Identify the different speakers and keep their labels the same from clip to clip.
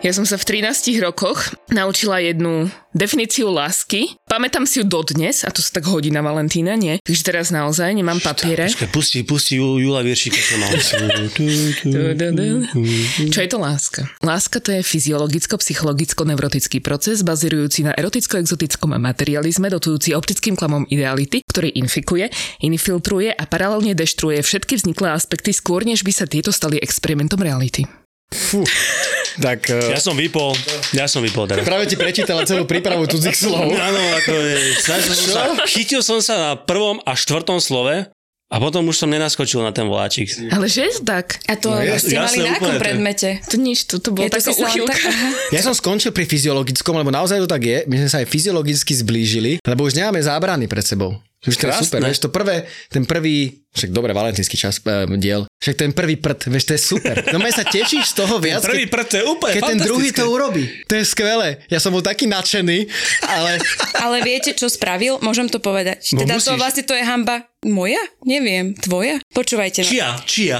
Speaker 1: Ja som sa v 13 rokoch naučila jednu definíciu lásky. Pamätám si ju dodnes, a to sa tak hodí na Valentína, nie? Takže teraz naozaj nemám papiere.
Speaker 2: Počkaj, pusti, pusti Ju- Jula Viršíka, čo mal. Tu, tu,
Speaker 1: Du, du, du.
Speaker 2: tu.
Speaker 1: Čo je to láska? Láska to je fyziologicko-psychologicko-neurotický proces bazirujúci na eroticko-exotickom materializme, dotujúci optickým klamom ideality, ktorý infikuje, infiltruje a paralelne deštruuje všetky vzniklé aspekty skôr, než by sa tieto stali experimentom reality.
Speaker 3: Tak
Speaker 2: Ja
Speaker 3: eh,
Speaker 2: som vypol, ja som vypol teraz.
Speaker 3: práve ti prečítala celú prípravu cudzích slov.
Speaker 2: Áno, ako je, snažil som sa, chytil som sa na prvom a štvrtom slove a potom už som nenaskočil na ten voláčik.
Speaker 1: Ale že je to tak?
Speaker 4: A to
Speaker 3: No,
Speaker 4: no, ste
Speaker 2: jasné,
Speaker 4: mali na
Speaker 2: úplne to
Speaker 4: akom
Speaker 2: je.
Speaker 4: predmete?
Speaker 1: To nič, to, to bolo
Speaker 4: Ja to
Speaker 1: taká
Speaker 4: si sa len
Speaker 1: uchylka.
Speaker 4: tak- aha.
Speaker 3: Ja som skončil pri fyziologickom, lebo naozaj to tak je. My sme sa aj fyziologicky zblížili, lebo už nemáme zábrany pred sebou. Už to je
Speaker 2: Krásne.
Speaker 3: super, vieš, to prvé, ten prvý, však dobre, valentínsky čas, e, diel, však ten prvý prd, vieš, to je super. No mne sa tešíš z toho viac,
Speaker 2: Prvý
Speaker 3: keď,
Speaker 2: prd, to je úplne
Speaker 3: keď ten druhý to
Speaker 2: fantastické.
Speaker 3: urobí. To je skvelé. Ja som bol taký nadšený, ale
Speaker 4: Ale viete, čo spravil? Môžem to povedať.
Speaker 3: No,
Speaker 4: teda to
Speaker 3: musíš.
Speaker 4: vlastne to je hamba moja? Neviem. Tvoja? Počúvajte. ma.
Speaker 2: Čia, čia,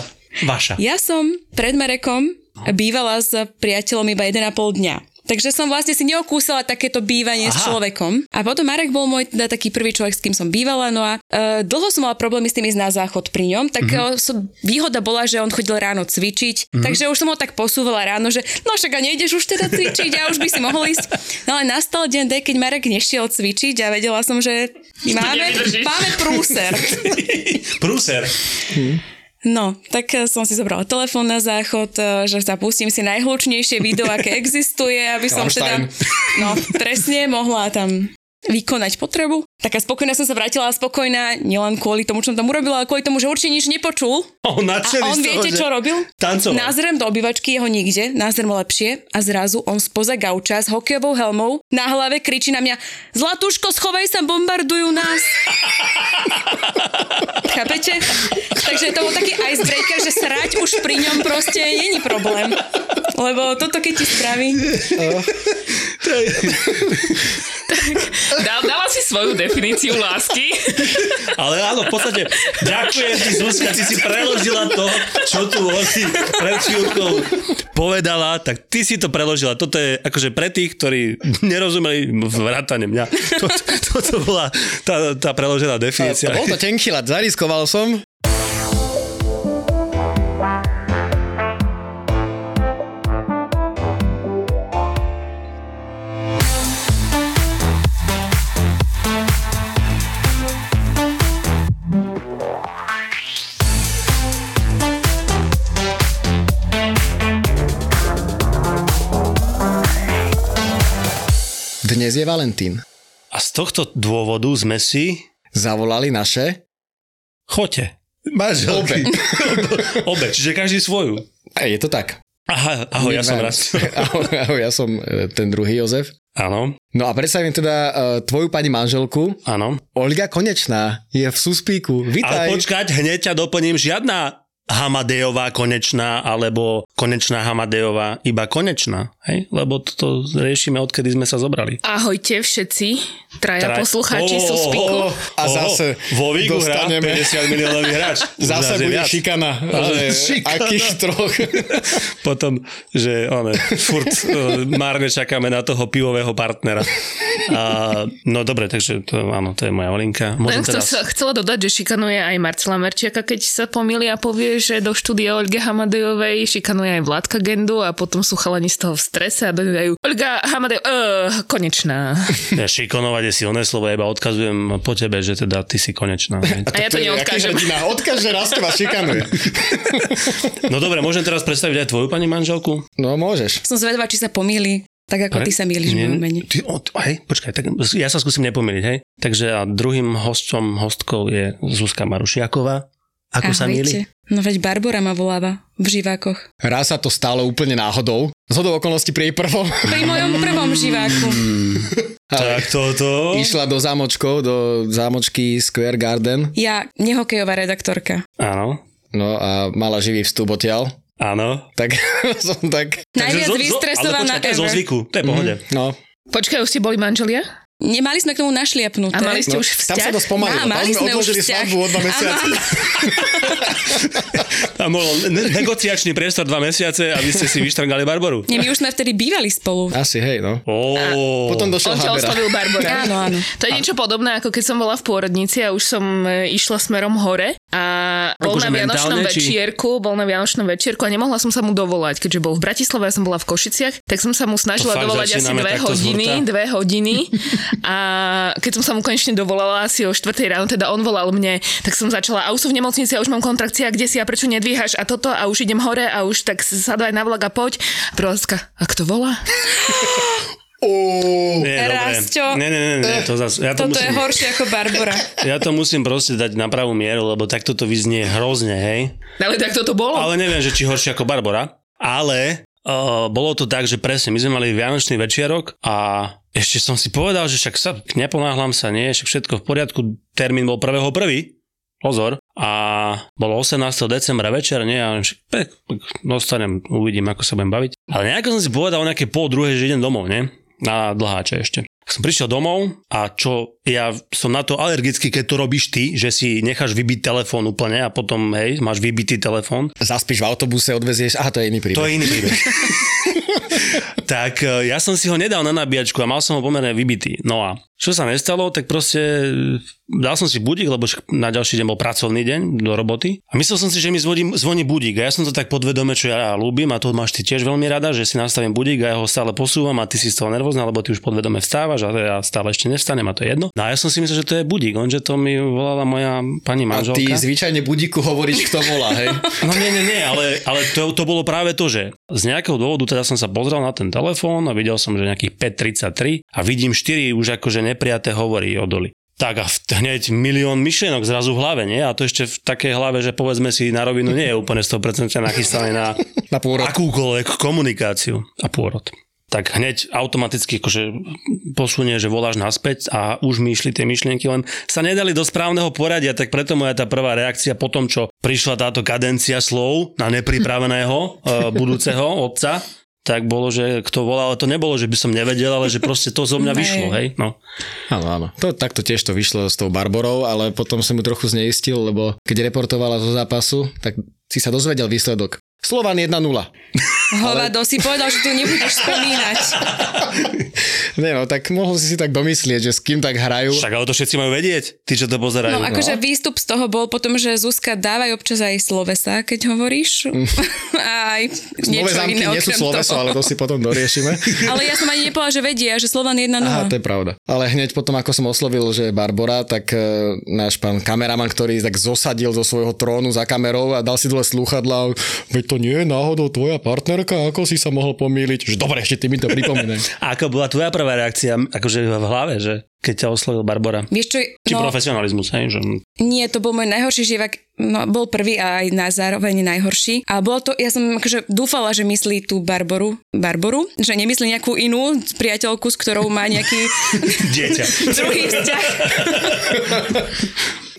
Speaker 2: vaša.
Speaker 4: Ja som pred Marekom bývala s priateľom iba 1,5 dňa. Takže som vlastne si neokúsala takéto bývanie Aha. s
Speaker 2: Aha.
Speaker 4: človekom. A potom Marek bol môj teda taký prvý človek, s kým som bývala. No a e, dlho som mala problémy s tým ísť na záchod pri ňom. Tak mm-hmm. e, som, výhoda bola, že on chodil ráno cvičiť. Mm-hmm. Takže už som ho tak posúvala ráno, že no však a nejdeš už teda cvičiť a už by si mohol ísť. No ale nastal deň D, keď Marek nešiel cvičiť a vedela som, že máme, máme prúser.
Speaker 2: Prúser.
Speaker 4: No, tak eh, som si zobrala telefón na záchod, eh, že sa pustím si najhlučnejšie video, aké existuje, aby som teda,
Speaker 3: Rammstein.
Speaker 4: no, presne mohla tam vykonať potrebu. Taká spokojná som sa vrátila a spokojná nielen kvôli tomu, čo som tam urobila, ale kvôli tomu, že určite nič nepočul.
Speaker 2: On
Speaker 4: A
Speaker 2: nadšený
Speaker 4: on
Speaker 2: z toho,
Speaker 4: viete,
Speaker 2: že
Speaker 4: čo robil?
Speaker 2: Tancoval.
Speaker 4: Názrem do obývačky jeho nikde, názrem lepšie a zrazu on spoza gauča s hokejovou helmou na hlave kričí na mňa Zlatuško, schovaj sa, bombardujú nás! Chápete? Takže to bol taký icebreaker, že srať už pri ňom proste není problém. Lebo toto keď ti spraví...
Speaker 1: Dá, dala si svoju definíciu lásky.
Speaker 2: Ale áno, v podstate, ďakujem ti, Zuzka, ty si preložila to, čo tu Lori pred chvíľkou povedala, tak ty si to preložila. Toto je akože pre tých, ktorí nerozumeli vrátane mňa. To, toto bola tá, tá preložená definícia.
Speaker 3: bol to tenký ľad, zariskoval som. Dnes je Valentín.
Speaker 2: A z tohto dôvodu sme si...
Speaker 3: Zavolali naše
Speaker 2: Chote. Manželky. Obe. Čiže každý svoju.
Speaker 3: A je to tak.
Speaker 2: Aha, ahoj, ja som
Speaker 3: Dva-
Speaker 2: raz.
Speaker 3: Ahoj, ahoj, ja som e, ten druhý Jozef.
Speaker 2: Áno,
Speaker 3: No a predstavím teda e, tvoju pani manželku.
Speaker 2: áno.
Speaker 3: Olga Konečná je v Suspíku.
Speaker 2: Ale
Speaker 3: Vítaj.
Speaker 2: počkať, hneď ťa doplním, žiadna Hamadejová konečná, alebo konečná Hamadejová, iba konečná, hej? Lebo toto riešime, odkedy sme sa zobrali.
Speaker 1: Ahojte všetci, traja
Speaker 2: Teda-
Speaker 1: poslucháči
Speaker 2: Ó,
Speaker 1: sú
Speaker 2: ó,
Speaker 1: spiku.
Speaker 2: ó,
Speaker 3: A
Speaker 2: ó,
Speaker 3: zase
Speaker 2: vo Vigu hrá
Speaker 3: dostaneme-
Speaker 2: 50 miliónový hráč. Už nás
Speaker 3: Zase
Speaker 2: je
Speaker 3: bude
Speaker 2: viac.
Speaker 3: šikana. Ale
Speaker 2: Šikana.
Speaker 3: Akých troch.
Speaker 2: Potom, že one, furt eh, márne čakáme na toho pivového partnera. A, no dobre, takže to, áno, to je moja
Speaker 1: Len
Speaker 2: olinka. Môžem
Speaker 1: chcem
Speaker 2: teraz...
Speaker 1: sa, chcela dodať, že šikanuje aj Marcela Merčiaka, keď sa pomýli a povie, že do štúdia Olge Hamadejovej šikanuje aj Vládka Gendu a potom sú chalani z toho v strese a dodajú Olga Hamadejová, uh, konečná.
Speaker 2: Ja, šikonovať je silné slovo, ja iba odkazujem po tebe, že teda ty si konečná. hej.
Speaker 1: A ja to neodkážem.
Speaker 3: Odkáže raz teba šikanuje.
Speaker 2: No dobre, môžem teraz predstaviť aj tvoju pani manželku?
Speaker 3: No môžeš.
Speaker 4: Som zvedavá, či sa pomýli, tak ako ty sa mýliš
Speaker 2: Nie,
Speaker 4: v mojom mene.
Speaker 2: Ty, o, t- hej, počkaj, tak ja sa skúsim nepomýliť, hej. Takže a druhým hostom, hostkou je Zuzka Marušiaková. Ako sa mýli?
Speaker 4: Ahojte. No veď Barbora ma voláva v živákoch.
Speaker 3: Raz sa to stalo úplne náhodou. Z hodou okolností pri jej prvom
Speaker 2: No.
Speaker 4: Pri mojom prvom živáku.
Speaker 2: Tak toto.
Speaker 3: išla do zámočkov, do zámočky Square Garden.
Speaker 4: Ja, nehokejová redaktorka.
Speaker 2: Áno.
Speaker 3: No a mala živý vstup odtiaľ.
Speaker 2: Áno.
Speaker 3: Tak som tak...
Speaker 2: Takže
Speaker 4: Najviac
Speaker 2: zo- zo-
Speaker 4: vystresovaná
Speaker 2: Ale počkaj, to je zo
Speaker 4: ever. Mhm.
Speaker 2: zvyku, to je pohode.
Speaker 3: No,
Speaker 1: Počkaj, už ste boli manželia?
Speaker 4: Nemali sme k tomu našliapnuté.
Speaker 1: A mali ste
Speaker 3: no
Speaker 1: už
Speaker 3: tam
Speaker 1: vzťah?
Speaker 3: sa to spomalilo.
Speaker 4: Á, mali
Speaker 3: tam sme
Speaker 4: sme už
Speaker 3: odložili
Speaker 4: vzťah.
Speaker 3: svadbu o dva
Speaker 4: Áno,
Speaker 3: mesiace.
Speaker 4: áno.
Speaker 2: Tam bol ne- negociačný priestor dva mesiace, aby ste si vyštrngali Barboru.
Speaker 4: Nie, my už sme vtedy bývali spolu.
Speaker 3: Asi, hej, no.
Speaker 2: Oh.
Speaker 3: Potom
Speaker 1: On
Speaker 3: došiel
Speaker 1: ťa
Speaker 3: Habera.
Speaker 1: oslovil Barbora.
Speaker 4: Áno, áno.
Speaker 1: To je niečo podobné, ako keď som bola v pôrodnici a už som e, išla smerom hore a bol
Speaker 2: Akože
Speaker 1: na Vianočnom
Speaker 2: mentálne, či-
Speaker 1: večierku, bol na Vianočnom večierku a nemohla som sa mu dovolať, keďže bol v Bratislave, ja som bola v Košiciach, tak som sa mu snažila
Speaker 2: fakt
Speaker 1: dovolať asi
Speaker 2: začíname
Speaker 1: dve
Speaker 2: takto z
Speaker 1: hodiny,
Speaker 2: hurta?
Speaker 1: dve hodiny a keď som sa mu konečne dovolala asi o 4 ráno, teda on volal mne, tak som začala a už som v nemocnici a už mám kontrakcia, kde si a prečo nedvíhaš a toto a už idem hore a už tak sadaj na vlak a poď. A prvá otázka, a kto volá?
Speaker 2: Nie, dobre.
Speaker 4: Rasťo.
Speaker 2: Ne, ne, ne, ne, to zas, ja to
Speaker 4: Toto je
Speaker 2: musím,
Speaker 4: horšie ako Barbora.
Speaker 2: ja to musím proste dať na pravú mieru, lebo takto to vyznie hrozne, hej.
Speaker 1: Ale tak toto bolo.
Speaker 2: Ale neviem, že či horšie ako Barbora, ale uh, bolo to tak, že presne, my sme mali Vianočný večierok a ešte som si povedal, že však sa neponáhlam sa, nie, však všetko v poriadku, termín bol 1.1., pozor, a bolo 18. decembra večer, nie, a však pek, pek, dostanem, uvidím, ako sa budem baviť. Ale nejako som si povedal o nejaké pol druhé, že idem domov, nie, na dlháče ešte. Som prišiel domov a čo, ja som na to alergický, keď to robíš ty, že si necháš vybiť telefón úplne a potom, hej, máš vybitý telefón,
Speaker 3: Zaspíš v autobuse, odvezieš. Aha, to je
Speaker 2: to
Speaker 3: iný príbeh.
Speaker 2: je iný príbeh. tak e, ja som si ho nedal na nabíjačku a mal som ho pomerne vybitý. No a čo sa nestalo, tak proste e, dal som si budík, lebo však na ďalší deň bol pracovný deň do roboty. A myslel som si, že mi zvoní, zvoní budík a ja som to tak podvedome, čo ja ľúbim a to máš ty tiež veľmi rada, že si nastavím budík a ja ho stále posúvam a ty si z toho nervózna, lebo ty už podvedome vstávaš a ja stále ešte nevstanem a to je jedno. No a ja som si myslel, že to je budík, onže to mi volala moja pani
Speaker 3: A
Speaker 2: manželka.
Speaker 3: ty zvyčajne budíku hovoríš, kto volá, hej.
Speaker 2: No nie, nie, nie, ale, ale to, to bolo práve to, že z nejakého dôvodu teda som sa pozrel na ten telefón a videl som, že nejakých 5.33 a vidím 4 už akože nepriaté hovorí o doli. Tak a v- hneď milión myšlienok zrazu v hlave, nie? A to ešte v takej hlave, že povedzme si na rovinu nie je úplne 100% nachystané na
Speaker 3: Na pôrod.
Speaker 2: akúkoľvek komunikáciu a pôrod. Tak hneď automaticky akože posunie, že voláš naspäť a už mi išli tie myšlienky, len sa nedali do správneho poradia, tak preto moja tá prvá reakcia po tom, čo prišla táto kadencia slov na nepripraveného e, budúceho otca, tak bolo, že kto volal, ale to nebolo, že by som nevedel, ale že proste to zo mňa
Speaker 4: Ne.
Speaker 2: vyšlo, hej? No.
Speaker 3: Áno, áno. To, takto tiež to vyšlo s tou Barborou, ale potom som ju trochu zneistil, lebo keď reportovala zo zápasu, tak si sa dozvedel výsledok. Slovan 1-0.
Speaker 4: Hovado, si povedal, že tu nebudeš spomínať.
Speaker 3: Ne, no, tak mohol si si tak domyslieť, že s kým tak hrajú.
Speaker 2: Však ale to všetci majú vedieť, tí, čo to pozerajú.
Speaker 4: No akože výstup z toho bol potom, že Zuzka dávaj občas aj slovesa, keď hovoríš. A aj
Speaker 3: Nové
Speaker 4: niečo
Speaker 3: zámky
Speaker 4: iné
Speaker 3: nie sú
Speaker 4: okrem
Speaker 3: sloveso,
Speaker 4: toho.
Speaker 3: ale to si potom doriešime.
Speaker 4: Ale ja som ani nepovedala, že vedia, že Slovan 1-0.
Speaker 3: Aha, to je pravda. Ale hneď potom, ako som oslovil, že je Barbora, tak e, náš pán kameraman, ktorý tak zosadil zo svojho trónu za kamerou a dal si dole slúchadla, veď to nie je náhodou tvoja partnerka, ako si sa mohol pomýliť. Že dobre, ešte ty mi to pripomínaj.
Speaker 2: A ako bola tvoja prvá reakcia, akože v hlave, že keď ťa oslovil Barbora?
Speaker 4: Vieš čo,
Speaker 2: Či
Speaker 4: no,
Speaker 2: profesionalizmus, hej? Že...
Speaker 4: nie, to bol môj najhorší živak, no, bol prvý a aj na zároveň najhorší. A bolo to, ja som akože dúfala, že myslí tú Barboru, Barboru, že nemyslí nejakú inú priateľku, s ktorou má nejaký
Speaker 2: Dieťa.
Speaker 4: druhý vzťah.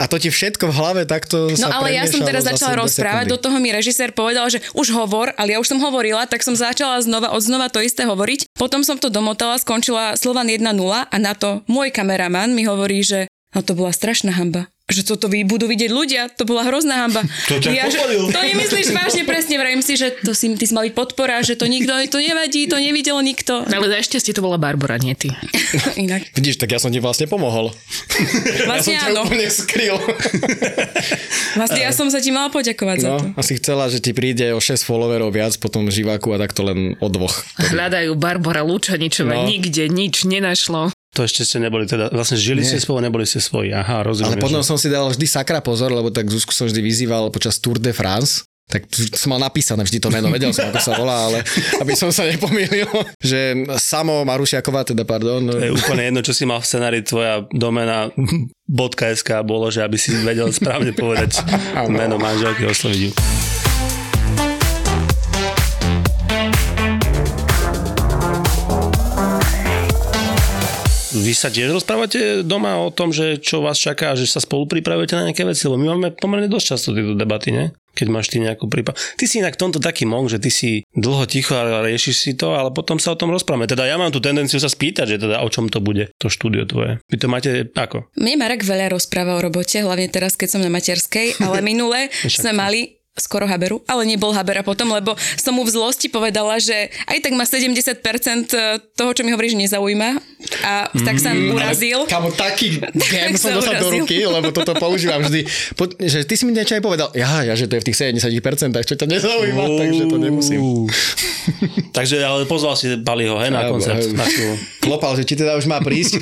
Speaker 3: A to ti všetko v hlave takto
Speaker 4: No
Speaker 3: sa
Speaker 4: ale ja som
Speaker 3: premiešalo
Speaker 4: teraz
Speaker 3: za
Speaker 4: začala
Speaker 3: 7
Speaker 4: rozprávať, do
Speaker 3: sekundy.
Speaker 4: toho mi režisér povedal, že už hovor, ale ja už som hovorila, tak som začala znova od znova to isté hovoriť. Potom som to domotala, skončila Slovan 1-0 a na to môj kameraman mi hovorí, že no to bola strašná hamba že toto vy budú vidieť ľudia, to bola hrozná hamba.
Speaker 2: To ťa
Speaker 4: že,
Speaker 2: pochválil.
Speaker 4: to nemyslíš vážne, presne vrajím si, že to si, ty si mal byť podpora, že to nikto, to nevadí, to nevidel nikto. No,
Speaker 1: No, Ale našťastie to bola Barbora, nie ty.
Speaker 4: Inak.
Speaker 3: Vidíš, tak ja som ti vlastne pomohol.
Speaker 4: Vlastne
Speaker 3: ja som ťa
Speaker 4: áno,
Speaker 3: úplne skryl.
Speaker 4: vlastne ja som sa ti mala poďakovať za
Speaker 3: No,
Speaker 4: to.
Speaker 3: asi chcela, že ti príde o 6 followerov viac, potom živáku a takto len o dvoch.
Speaker 1: Hľadajú Barbara Lučaničová,
Speaker 3: No.
Speaker 1: nikde nič nenašlo.
Speaker 2: To ešte ste neboli teda, vlastne žili ste spolu, neboli ste svoji. Aha, rozumiem.
Speaker 3: Ale Akože potom
Speaker 2: že-
Speaker 3: som si dal vždy sakra pozor, lebo tak Zuzku som vždy vyzýval počas Tour de France, tak t- som mal napísané vždy to meno, vedel som, ako sa volá, ale aby som sa nepomýlil, že Samo Marušiaková, teda pardon,
Speaker 2: To je úplne jedno, čo si mal v scenári, tvoja domena .sk bolo, že aby si vedel správne povedať meno manželky osloviť ju. Vy sa tiež rozprávate doma o tom, že čo vás čaká, že sa spolu pripravujete na nejaké veci, lebo my máme pomerne dosť často tieto debaty, ne? Keď máš ty nejakú prípad. Ty si inak v tomto taký monk, že ty si dlho ticho a riešiš si to, ale potom sa o tom rozprávame. Teda ja mám tú tendenciu sa spýtať, že teda o čom to bude, to štúdio tvoje. Vy to máte ako?
Speaker 4: Mne Marek veľa rozpráva o robote, hlavne teraz, keď som na materskej, ale minule
Speaker 2: Však
Speaker 4: sme
Speaker 2: to.
Speaker 4: mali skoro Haberu, ale nebol Habera potom, lebo som mu v zlosti povedala, že aj tak ma 70% eh, toho, čo mi hovoríš, nezaujíma a tak sa urazil.
Speaker 3: Kamo, taký gem
Speaker 4: sa
Speaker 3: som dostal do
Speaker 4: urazil.
Speaker 3: ruky, lebo toto používam vždy. Po, že ty si mi niečo aj povedal, ja, ja, že to je v tých 70%, čo ťa nezaujíma, takže to nemusím.
Speaker 2: Uú. takže ale pozval si Baliho, hej, na
Speaker 3: Áno,
Speaker 2: koncert.
Speaker 3: hej.
Speaker 2: Na chvíľu.
Speaker 3: Klopal, že či teda už má prísť.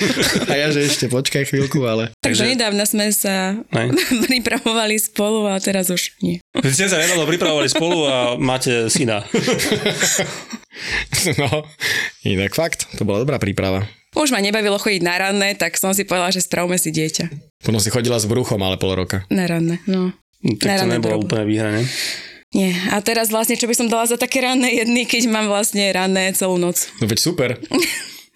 Speaker 3: A ja, že ešte počkaj chvíľku, ale...
Speaker 2: Takže-
Speaker 4: Takže nedávna sme sa
Speaker 2: Hej.
Speaker 4: pripravovali spolu a teraz už nie.
Speaker 2: Vy ste sa nedávno pripravovali spolu a máte syna.
Speaker 3: No, inak fakt, to bola dobrá príprava.
Speaker 4: Už ma nebavilo chodiť na ranné, tak som si povedala, že spravme si dieťa.
Speaker 3: Potom si chodila s bruchom, ale pol roka.
Speaker 4: Na ranné, no.
Speaker 2: Tak to
Speaker 4: Naráme
Speaker 2: nebolo
Speaker 4: drobu.
Speaker 2: úplne vyhrané.
Speaker 4: Nie. A teraz vlastne, čo by som dala za také ranné jedny, keď mám vlastne ranné celú noc.
Speaker 3: No veď super.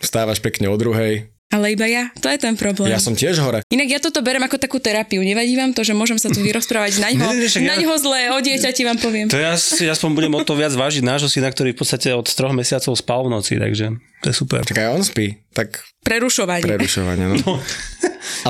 Speaker 3: Vstávaš pekne o druhej.
Speaker 4: Ale iba ja. To je ten problém.
Speaker 3: Ja som tiež hore.
Speaker 4: Inak ja toto berem ako takú terapiu. Nevadí vám to, že môžem sa tu vyrozprávať na ňo,
Speaker 2: Nie, nie, však
Speaker 4: na
Speaker 2: ja-
Speaker 4: ňo zlé, o dieťati vám poviem.
Speaker 2: To ja si aspoň budem o to viac vážiť nášho syna, ktorý v podstate od troch mesiacov spal v noci, takže to je super.
Speaker 3: Čakaj, on spí. Tak
Speaker 4: Prerušovanie.
Speaker 3: prerušovanie, no.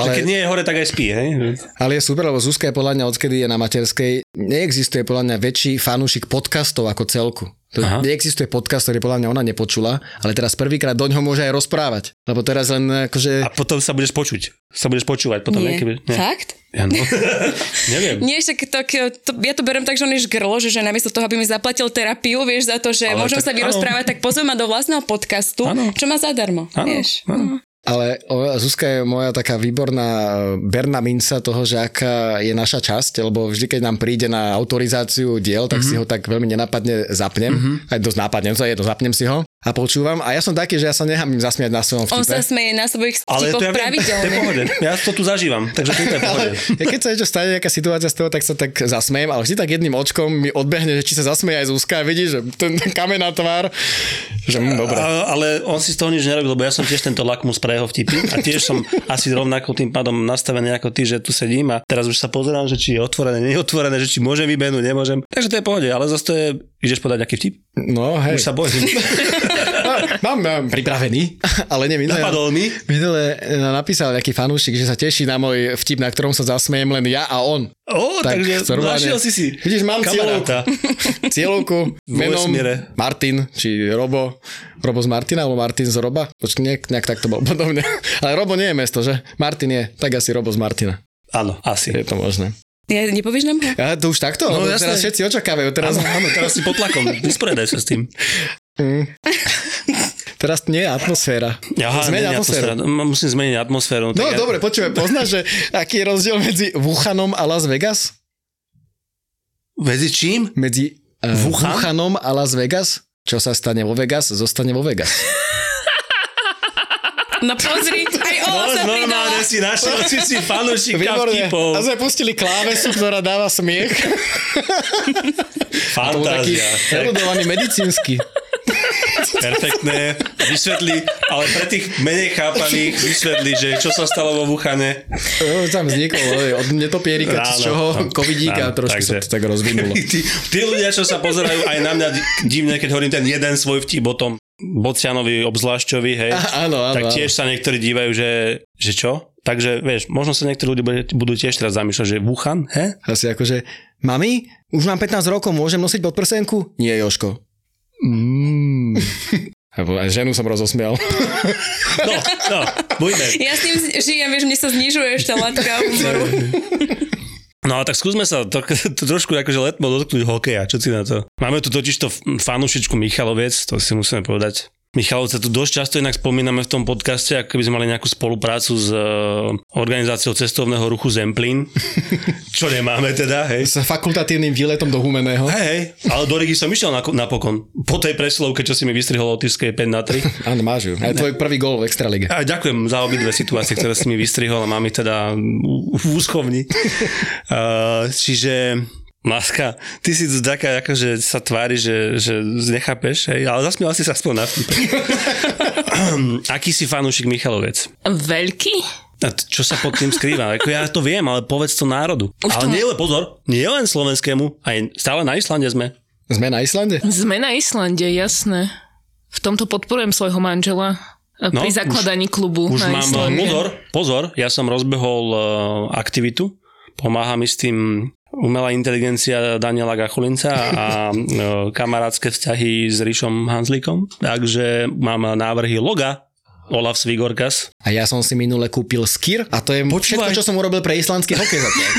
Speaker 2: Ale...
Speaker 3: Ale-
Speaker 2: Keď nie je hore, tak aj spí, hej?
Speaker 3: Ale je super, lebo Zuzka je podľa mňa, odkedy je na materskej, neexistuje podľa mňa väčší fanúšik podcastov ako celku. To
Speaker 2: Aha.
Speaker 3: neexistuje podcast, ktorý podľa mňa ona nepočula, ale teraz prvýkrát do ňoho môže aj rozprávať. Lebo teraz len
Speaker 2: A
Speaker 3: akože...
Speaker 2: potom sa budeš počuť. Sa budeš počúvať potom,
Speaker 4: Nie.
Speaker 2: ne? Keby, nie.
Speaker 4: Fakt?
Speaker 2: Ja, no. Neviem.
Speaker 4: Nie, však to, to, ja to berem tak, že on je žgrlo, že, že namiesto toho, aby mi zaplatil terapiu, vieš, za to, že
Speaker 2: Ale
Speaker 4: môžem
Speaker 2: tak
Speaker 4: sa vyrozprávať, tak pozve ma do vlastného podcastu,
Speaker 2: Áno.
Speaker 4: čo má zadarmo,
Speaker 2: Áno, No,
Speaker 4: vieš.
Speaker 2: áno.
Speaker 3: Ale o, Zuzka je moja taká výborná Berna Minca toho, že aká je naša časť, lebo vždy, keď nám príde na autorizáciu diel, tak
Speaker 2: Mhm.
Speaker 3: si ho tak veľmi nenapadne zapnem. Aj dosť nápadne, no to je jedno, zapnem si ho a počúvam. A ja som taký, že ja sa nechám zasmiať na svojom
Speaker 4: On
Speaker 3: vtipe.
Speaker 4: sa smeje na svojich
Speaker 2: Ale
Speaker 4: vtipoch
Speaker 2: to ja viem, to je v
Speaker 4: pravidelne.
Speaker 2: pohode. Ja to tu zažívam, takže to je v pohode.
Speaker 3: Ja keď sa niečo stane, nejaká situácia z toho, tak sa tak zasmejem, ale vždy tak jedným očkom mi odbehne, že či sa zasmeje aj Zuzka a vidí, že ten, ten kameň na tvár, že hm, dobre.
Speaker 2: A, ale on si z toho nič nerobí, lebo ja som tiež tento lakmus pre jeho vtipy a tiež som asi rovnako tým pádom nastavený ako ty, že tu sedím a teraz už sa pozerám, že či je otvorené, neotvorené, že či môžem vybehnúť, nemôžem. Takže to je v pohode, ale zase to je, ideš podať nejaký vtip?
Speaker 3: No hej,
Speaker 2: Už sa bojím.
Speaker 3: mám, mám pripravený, ale nie minulé.
Speaker 2: Napadol mi.
Speaker 3: Minule eh, napísal nejaký fanúšik, že sa teší na môj vtip, na ktorom sa zasmejem len ja a on.
Speaker 2: Ó,
Speaker 3: Tak
Speaker 2: takže
Speaker 3: normálne.
Speaker 2: našiel si si
Speaker 3: Vidíš, mám
Speaker 2: kamaráta. Vo
Speaker 3: Cieľovku, menom
Speaker 2: vesmíre.
Speaker 3: Martin, či Robo. Robo z Martina, alebo Martin z Roba? Počkaj, nejak, nejak tak to bolo podobne. Ale Robo nie je mesto, že? Martin je, tak asi Robo z Martina.
Speaker 2: Áno, asi.
Speaker 3: Je to možné.
Speaker 4: Ja, nepovieš nám ho?
Speaker 3: Ja, to už takto? No,
Speaker 2: jasné.
Speaker 3: teraz všetci očakávajú. Teraz,
Speaker 2: Áno, áno, teraz si pod tlakom, vysporiadaj sa s tým.
Speaker 3: teraz nie je atmosféra.
Speaker 2: Aha,
Speaker 3: Zmeň
Speaker 2: nie,
Speaker 3: atmosféru.
Speaker 2: atmosféra. M- Musím zmeniť atmosféru.
Speaker 3: No
Speaker 2: tak ja-
Speaker 3: dobre, počujem, poznáš, že aký je rozdiel medzi Wuhanom a Las Vegas?
Speaker 2: Medzi čím?
Speaker 3: Medzi uh,
Speaker 2: Wuhan?
Speaker 3: Wuhanom a Las Vegas? Čo sa stane vo Vegas, zostane vo Vegas.
Speaker 4: No pozri, aj Ola sa pridala.
Speaker 2: normálne si našiel, si si fanúšika vtipov.
Speaker 3: A sme pustili klávesu, ktorá dáva smiech. To bol taký
Speaker 2: Fantázia. Tak.
Speaker 3: preľudovaný medicínsky.
Speaker 2: Perfektné, vysvetli, ale pre tých menej chápaných vysvetli, že čo sa stalo vo Vuchane.
Speaker 3: To Tam vznikol oj, od netopierika, z
Speaker 2: Áno,
Speaker 3: čoho
Speaker 2: áno,
Speaker 3: covidíka
Speaker 2: áno,
Speaker 3: trošku sa
Speaker 2: takže.
Speaker 3: to tak rozvinulo.
Speaker 2: Tí, tí ľudia, čo sa pozerajú aj na mňa di- divne, keď hovorím ten jeden svoj vtip o tom Bocianovi obzvlášťovi, hej,
Speaker 3: Á, áno, áno,
Speaker 2: tak
Speaker 3: áno.
Speaker 2: tiež sa niektorí dívajú, že, že čo? Takže, vieš, možno sa niektorí ľudia bude- budú tiež teraz zamýšľať, že Wuhan, he?
Speaker 3: Asi akože, mami, už mám 15 rokov, môžem nosiť podprsenku? Nie, Joško. Mm. Aj ženu som rozosmial.
Speaker 2: No, no, buďme.
Speaker 4: Ja s tým žijem, vieš, mne sa znižuje ešte latka humoru.
Speaker 2: No ale tak skúsme sa to, to trošku akože letmo dotknúť hokeja, čo si na to? Máme tu totiž to f- fanúšičku Michaloviec, to si musíme povedať. Michalovce tu dosť často inak spomíname v tom podcaste, ako keby sme mali nejakú spoluprácu s eh, organizáciou cestovného ruchu Zemplín, čo nemáme teda, hej.
Speaker 3: S fakultatívnym výletom do Humeného.
Speaker 2: Hej, hej, ale do Rigi som išiel na, napokon. Po tej presilovke, čo si mi vystrihol od Tyskej 5 na 3.
Speaker 3: Áno, máš ju. Aj tvoj prvý gól v Extralige.
Speaker 2: A ďakujem za obidve situácie, ktoré si mi vystrihol a mám ich teda u- v úschovni. Uh, čiže Láska, ty si tu taká, akože sa tvári, že, že nechápeš, hej, ale zasmiela si sa aspoň na vtipe. Aký si fanúšik Michalovec?
Speaker 1: Veľký?
Speaker 2: A t- čo sa pod tým skrýva? Ako ja to viem, ale povedz to národu. ale
Speaker 1: to má-
Speaker 2: nie len, pozor, nie len slovenskému, aj stále na Islande sme.
Speaker 3: Sme na Islande?
Speaker 1: Sme na Islande, jasné. V tomto podporujem svojho manžela e,
Speaker 2: No,
Speaker 1: pri
Speaker 2: už-
Speaker 1: zakladaní klubu
Speaker 2: Už
Speaker 1: na
Speaker 2: mám,
Speaker 1: Islande.
Speaker 2: pozor, pozor, ja som rozbehol uh, aktivitu, pomáha mi s tým umelá inteligencia Daniela Gachulinca a uh, kamarátske vzťahy s Rišom Hanzlíkom, takže mám návrhy loga Olaf Svigorkas.
Speaker 3: A ja som si minule kúpil skir a to je
Speaker 2: Počúvaj.
Speaker 3: Počúvaj. všetko, čo som urobil pre islandský hokej zatiaľ.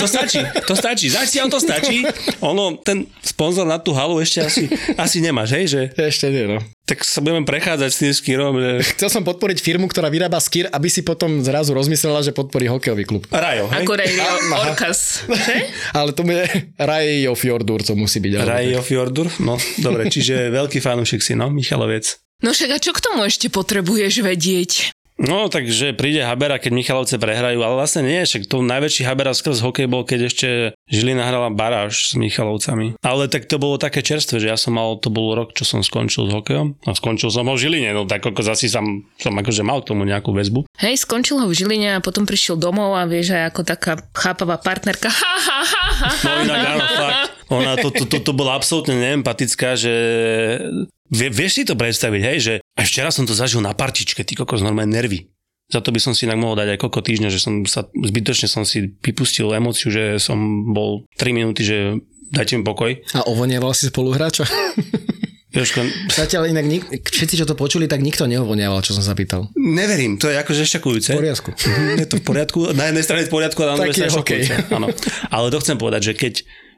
Speaker 2: To stačí, to stačí, zatiaľ to stačí. Ono, ten sponzor na tú halu ešte asi, asi nemáš, hej, že
Speaker 3: Ešte nie, no.
Speaker 2: tak sa budeme prechádzať s tým skýrom, že
Speaker 3: Chcel som podporiť firmu, ktorá vyrába skir, aby si potom zrazu rozmyslela, že podporí hokejový klub.
Speaker 2: Rajo, hej?
Speaker 1: Ako Rayo
Speaker 3: Aha.
Speaker 1: Orkas. Že?
Speaker 3: Ale to bude Rajo Fjordur, to musí byť. alebo
Speaker 2: Rajo Fjordur, no dobre, čiže veľký fanúšik si, no, Michaloviec.
Speaker 1: No však a čo k tomu ešte potrebuješ vedieť?
Speaker 2: No, takže príde Habera, keď Michalovce prehrajú, ale vlastne nie, však to najväčší Habera skrz hokej bol, keď ešte Žilina hrala baráž s Michalovcami. Ale tak to bolo také čerstvé, že ja som mal, to bol rok, čo som skončil s hokejom a skončil som ho v Žiline, no tak ako zasi som, som akože mal k tomu nejakú väzbu.
Speaker 1: Hej, skončil ho v Žiline a potom prišiel domov a vieš, aj ako taká chápavá partnerka. Ha, ha, ha, ha,
Speaker 2: No
Speaker 1: ha.
Speaker 2: inak áno, fakt. Ona to, to, to, to bola absolútne neempatická, že vie, vieš si to predstaviť, hej, že až včera som to zažil na partičke, ty kokos, normálne nervy. Za to by som si inak mohol dať aj koľko týždňa, že som sa, zbytočne som si vypustil emóciu, že som bol 3 minúty, že dajte mi pokoj.
Speaker 3: tak. A ovonieval si spoluhráča?
Speaker 2: Jožko,
Speaker 3: Zatiaľ inak nik- všetci, čo to počuli, tak nikto neovoniaval, čo som sa pýtal.
Speaker 2: neverím, to je akože šokujúce.
Speaker 3: V poriadku.
Speaker 2: Je to v poriadku, na jednej strane v poriadku, ale na
Speaker 3: Taký
Speaker 2: druhej strane
Speaker 3: je hokej.
Speaker 2: šokujúce. Áno. Ale to chcem povedať, že keď,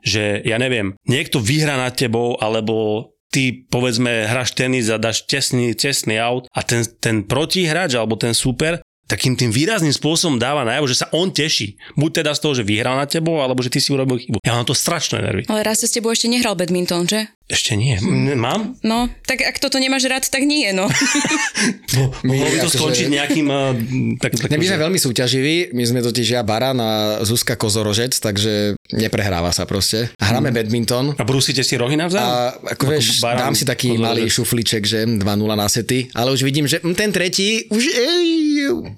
Speaker 2: že ja neviem, niekto vyhrá nad tebou, alebo ty povedzme hráš tenis a dáš tesný, tesný out a ten, ten protihráč alebo ten super takým tým výrazným spôsobom dáva najavo, že sa on teší. Buď teda z toho, že vyhral nad tebou, alebo že ty si urobil chybu. Ja mám to strašné nervy.
Speaker 4: Ale raz sa s tebou ešte nehral badminton, že?
Speaker 2: Ešte nie. M- Mám?
Speaker 4: No, tak ak toto nemáš rád, tak nie, no.
Speaker 2: No,
Speaker 3: My
Speaker 2: mohlo by to
Speaker 3: akože-
Speaker 2: skončiť nejakým... Uh, tak, tak,
Speaker 3: Ne, my sme veľmi súťaživí, my sme totiž ja Baran a Zuzka Kozorožec, takže neprehráva sa proste. Hráme badminton,
Speaker 2: a brúsite si rohy navzájom?
Speaker 3: A ako vieš,
Speaker 2: barán,
Speaker 3: dám si taký
Speaker 2: podľa
Speaker 3: malý
Speaker 2: mňa.
Speaker 3: šufliček, že 2-0 na sety, ale už vidím, že mm, ten tretí už, ej,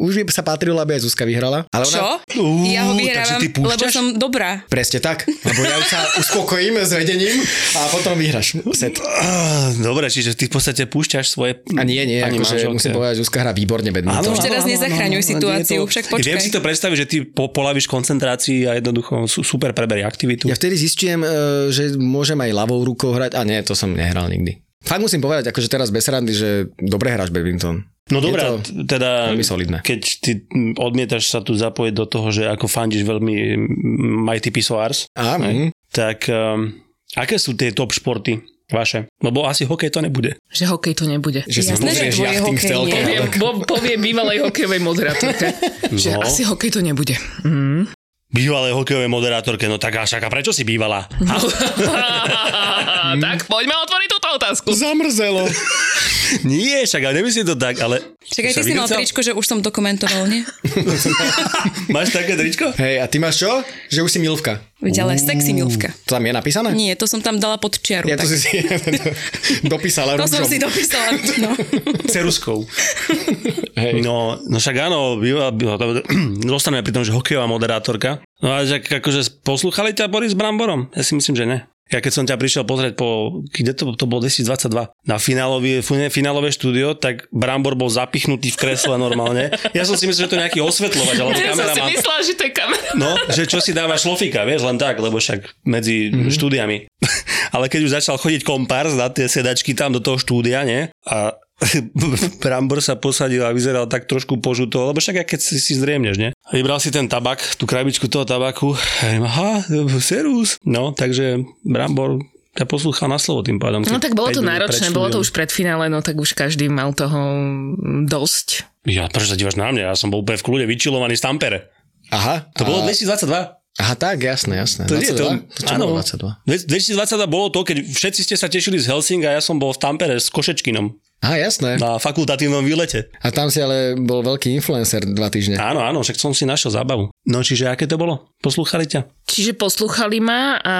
Speaker 3: už by sa patrilo, aby aj Zuzka vyhrala. Ale ona,
Speaker 4: Čo?
Speaker 2: Uú,
Speaker 4: ja ho
Speaker 2: takže
Speaker 4: vyhrávam,
Speaker 2: ty púšťaš?
Speaker 4: lebo som dobrá.
Speaker 3: Presne tak, lebo ja už sa uspokojím s vedením a potom vyhraš set.
Speaker 2: Ah, Dobre, čiže ty v podstate púšťaš svoje...
Speaker 3: A nie, nie,
Speaker 2: Ani
Speaker 3: akože
Speaker 2: manželke.
Speaker 3: musím povedať, že Zuzka hrá výborne badminton.
Speaker 4: Už teraz
Speaker 2: áno, áno,
Speaker 4: nezachraňuj
Speaker 2: áno, áno,
Speaker 4: situáciu,
Speaker 2: je to-
Speaker 4: však počkaj.
Speaker 2: Viem si to predstaviť, že ty po, polavíš koncentrácii a jednoducho su- super preberie aktivitu.
Speaker 3: Ja vtedy zistujem, e, že môžem aj ľavou rukou hrať, a nie, to som nehral nikdy. Fakt musím povedať, akože teraz bez randy, že dobre hráš badminton.
Speaker 2: No
Speaker 3: je
Speaker 2: dobré,
Speaker 3: to
Speaker 2: t- teda
Speaker 3: veľmi solidné.
Speaker 2: keď ty mm, odmietaš sa tu zapojiť do toho, že ako fandíš veľmi mm, Mighty Pisoars,
Speaker 3: Á, mm.
Speaker 2: tak um, aké sú tie top športy vaše? Lebo asi hokej to nebude.
Speaker 1: Že hokej to nebude.
Speaker 2: No.
Speaker 3: Že si
Speaker 4: Jasné, že
Speaker 3: pozrieš
Speaker 4: tvoje
Speaker 3: jachting v
Speaker 4: hokej
Speaker 3: telke.
Speaker 4: nie.
Speaker 3: ale-
Speaker 1: Poviem, bo, poviem bývalej hokejovej moderátorke, že
Speaker 2: No.
Speaker 1: asi hokej to nebude. Mm.
Speaker 2: Bývalé hokejové moderátorke, no tak až aká, prečo si bývala?
Speaker 1: tak poďme otvoriť túto otázku.
Speaker 3: Zamrzelo.
Speaker 2: Nie, však, ale nemyslím to tak, ale...
Speaker 4: Však aj ty
Speaker 2: Sa
Speaker 4: si mal
Speaker 2: vygrcal?
Speaker 4: tričko, že už som dokumentoval, nie?
Speaker 2: Máš také tričko?
Speaker 3: Hej, a ty máš čo? Že už si milvka.
Speaker 4: Veď ale sexy milvka.
Speaker 3: To tam je napísané?
Speaker 4: Nie, to som tam dala pod čiaru.
Speaker 3: Ja to
Speaker 4: tak.
Speaker 3: si si dopísala
Speaker 4: to som
Speaker 3: rúžom.
Speaker 4: si dopísala. No.
Speaker 2: Ceruskou.
Speaker 3: Hej.
Speaker 2: No, no však áno, býva, býva, to- dostaneme pri tom, že hokejová moderátorka. No a že akože poslúchali ťa Boris Bramborom? Ja si myslím, že ne. Ja keď som ťa prišiel pozrieť po, kde to, to bolo 1022, na finálové, finálové štúdio, tak Brambor bol zapichnutý v kresle normálne. Ja som si myslel, že to je nejaký osvetľovač, alebo
Speaker 1: Ja som si
Speaker 2: kameraman.
Speaker 1: myslela, že to je kamera.
Speaker 2: No, že čo si dáva šlofika, vieš, len tak, lebo však medzi mm-hmm. štúdiami. Ale keď už začal chodiť kompárs na tie sedačky tam do toho štúdia, nie? A Brambor sa posadil a vyzeral tak trošku požuto, lebo však aj keď si, si zdriemneš, nie? A Vybral si ten tabak, tú krabičku toho tabaku. A hovorím, aha, servus. No, takže Brambor Ja poslúchal na slovo tým pádom.
Speaker 1: No
Speaker 2: keď
Speaker 1: tak bolo to
Speaker 2: päť minút pred
Speaker 1: náročné, bolo to
Speaker 2: štúdiom.
Speaker 1: už pred finále, no tak už každý mal toho dosť.
Speaker 2: Ja, prečo sa dívaš na mňa? Ja som bol úplne v kľude vyčilovaný z Tampere.
Speaker 3: Aha.
Speaker 2: To bolo
Speaker 3: a-
Speaker 2: 2022.
Speaker 3: Aha, tak, jasné, jasné.
Speaker 2: To je to.
Speaker 3: 22? To čo bolo 22?
Speaker 2: 2022 bolo to, keď všetci ste sa tešili z Helsinga, ja som bol v Tampere s Košečkinom
Speaker 3: Aha, jasné.
Speaker 2: na fakultatívnom výlete.
Speaker 3: A tam si ale bol veľký influencer dva týždne.
Speaker 2: Áno, áno, však som si našiel zábavu. No čiže aké to bolo? Poslúchali ťa?
Speaker 1: Čiže poslúchali ma a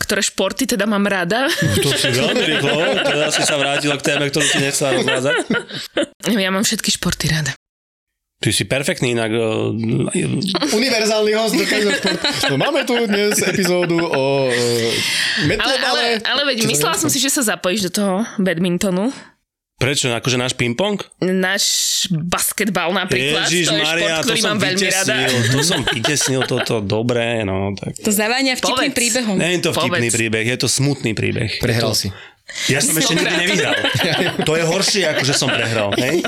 Speaker 1: ktoré športy teda mám rada.
Speaker 2: To si veľmi rýchlo, teda si sa vrátila k téme, ktorú si nechcela rozvázať.
Speaker 1: ja mám všetky športy rada.
Speaker 2: Ty si perfektný inak. e, eh,
Speaker 3: Univerzálny host do každého športu. No máme tu dnes epizódu o e,
Speaker 1: Ale, ale,
Speaker 3: metlobale.
Speaker 1: ale veď,
Speaker 3: Čo to
Speaker 1: myslela
Speaker 3: je?
Speaker 1: som si, že sa zapojíš do toho badmintonu.
Speaker 2: Prečo? Akože náš ping-pong?
Speaker 1: Náš basketbal napríklad, to je šport, ktorý
Speaker 2: som
Speaker 1: mám veľmi rada.
Speaker 2: vytesnil, to som vytesnil toto dobre, no tak.
Speaker 4: To zaváňa vtipným
Speaker 1: Povedz.
Speaker 4: príbehom.
Speaker 2: Nie je to vtipný
Speaker 1: Povedz.
Speaker 2: príbeh, je to smutný príbeh.
Speaker 3: Prehral si.
Speaker 2: Ja som ešte nikdy nevyhral. To je horšie, ako že som prehral. Hej?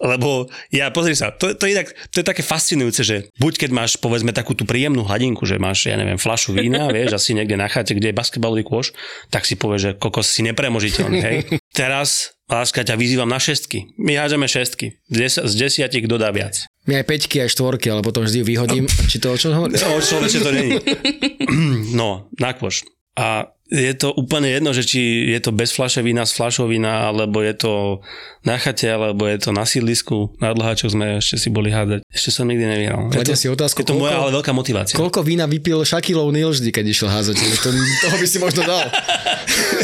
Speaker 2: Lebo ja, pozri sa, to, to, je tak, to je také fascinujúce, že buď keď máš, povedzme, takú tú príjemnú hladinku, že máš, ja neviem, flašu vína, vieš, asi niekde na chate, kde je basketbalový kôš, tak si povieš, že kokos si nepremožiteľný, hej. Teraz, láska, ťa vyzývam na šestky. My hádžeme šestky. Des, z desiatich kto dá viac.
Speaker 3: My aj peťky, aj štvorky, ale potom vždy ju vyhodím. Či to o čom hovoríš?
Speaker 2: O človeče to není. No, na kôš. A je to úplne jedno, že či je to bez fľaše vína, s fľašou vína, alebo je to na chate, alebo je to na sídlisku. Na dlháčoch sme ešte si boli hádať. Ešte som nikdy nevyhral. Je to,
Speaker 3: Kladem si otázku,
Speaker 2: je to moja,
Speaker 3: koľko-
Speaker 2: ale veľká motivácia.
Speaker 3: Koľko vína vypil Shaquille O'Neal vždy, keď išiel házať? To, toho by si možno dal.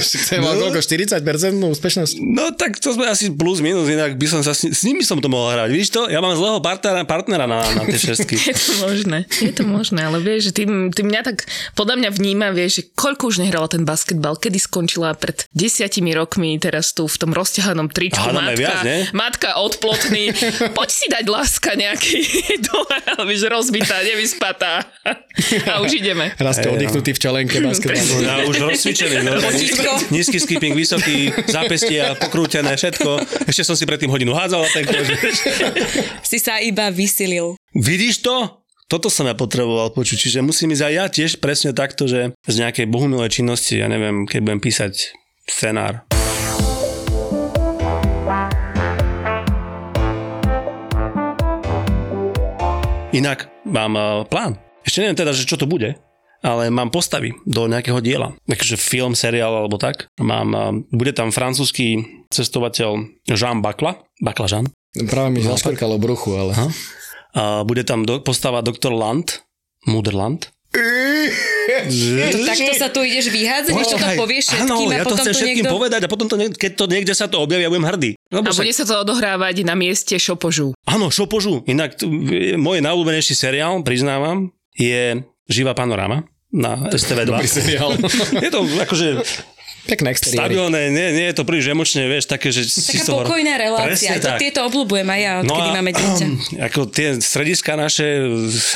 Speaker 3: Ešte mal koľko? 40% úspešnosť?
Speaker 2: No tak to sme asi plus minus, inak by som sa s, s nimi som to mohol hrať. Vidíš to? Ja mám zlého partnera, partnera na, na tie šestky.
Speaker 1: Je to možné, je to možné, ale vieš, že ty, ty mňa tak, podľa mňa vníma, vieš, že koľko už nehrala ten basketbal, kedy skončila pred desiatimi rokmi, teraz tu v tom rozťahanom tričku
Speaker 2: Hádame
Speaker 1: matka,
Speaker 2: viac, ne?
Speaker 1: matka odplotný, poď si dať láska nejaký dohľad, vieš, rozbitá, nevyspatá a už ideme.
Speaker 3: Raz ste
Speaker 2: Hej, no.
Speaker 3: oddychnutý v čelenke basketbalu.
Speaker 2: Ja už rozsvičený. No,
Speaker 4: Botičko.
Speaker 2: nízky skipping, vysoký, zápestia, pokrútené, všetko. Ešte som si predtým hodinu hádzal. Tak,
Speaker 4: Si sa iba vysilil.
Speaker 2: Vidíš to? Toto som ja potreboval počuť, čiže musím ísť aj ja tiež presne takto, že z nejakej bohumilej činnosti, ja neviem, keď budem písať scenár. Inak mám eh, plán. Ešte neviem teda, že čo to bude, ale mám postavy do nejakého diela. Takže film, seriál alebo tak. Mám, eh, bude tam francúzsky cestovateľ Jean Bakla. Bakla Jean.
Speaker 3: Práve mi zaškrkalo bruchu, ale...
Speaker 2: Aha. A bude tam do, postava doktor Land, Mudrland.
Speaker 4: To, takto sa tu ideš vyhádzať, vieš, čo to
Speaker 2: Počkaj,
Speaker 4: povieš všetkým
Speaker 2: Áno, ja
Speaker 4: a
Speaker 2: to
Speaker 4: potom
Speaker 2: chcem
Speaker 4: to
Speaker 2: všetkým
Speaker 4: niekto...
Speaker 2: povedať a potom to, niek- keď to niekde sa to objaví, ja budem hrdý. Lebo
Speaker 1: A
Speaker 2: však-
Speaker 1: bude sa to odohrávať na mieste Šopožu.
Speaker 2: Áno, šopožu. Inak t- je- môj najúbenejší seriál, priznávam, je Živá panoráma na STV2.
Speaker 3: Dobrý seriál.
Speaker 2: je to akože
Speaker 3: Pekné exteriéry.
Speaker 2: stabilné, nie, nie je to príliš emočné, vieš, také, že si z
Speaker 4: Taká
Speaker 2: toho-
Speaker 4: pokojná
Speaker 2: Presne
Speaker 4: relácia. To,
Speaker 2: tak. No
Speaker 4: tieto obľúbujem aj ja, odkedy máme dieťa.
Speaker 2: Ako tie strediska naše,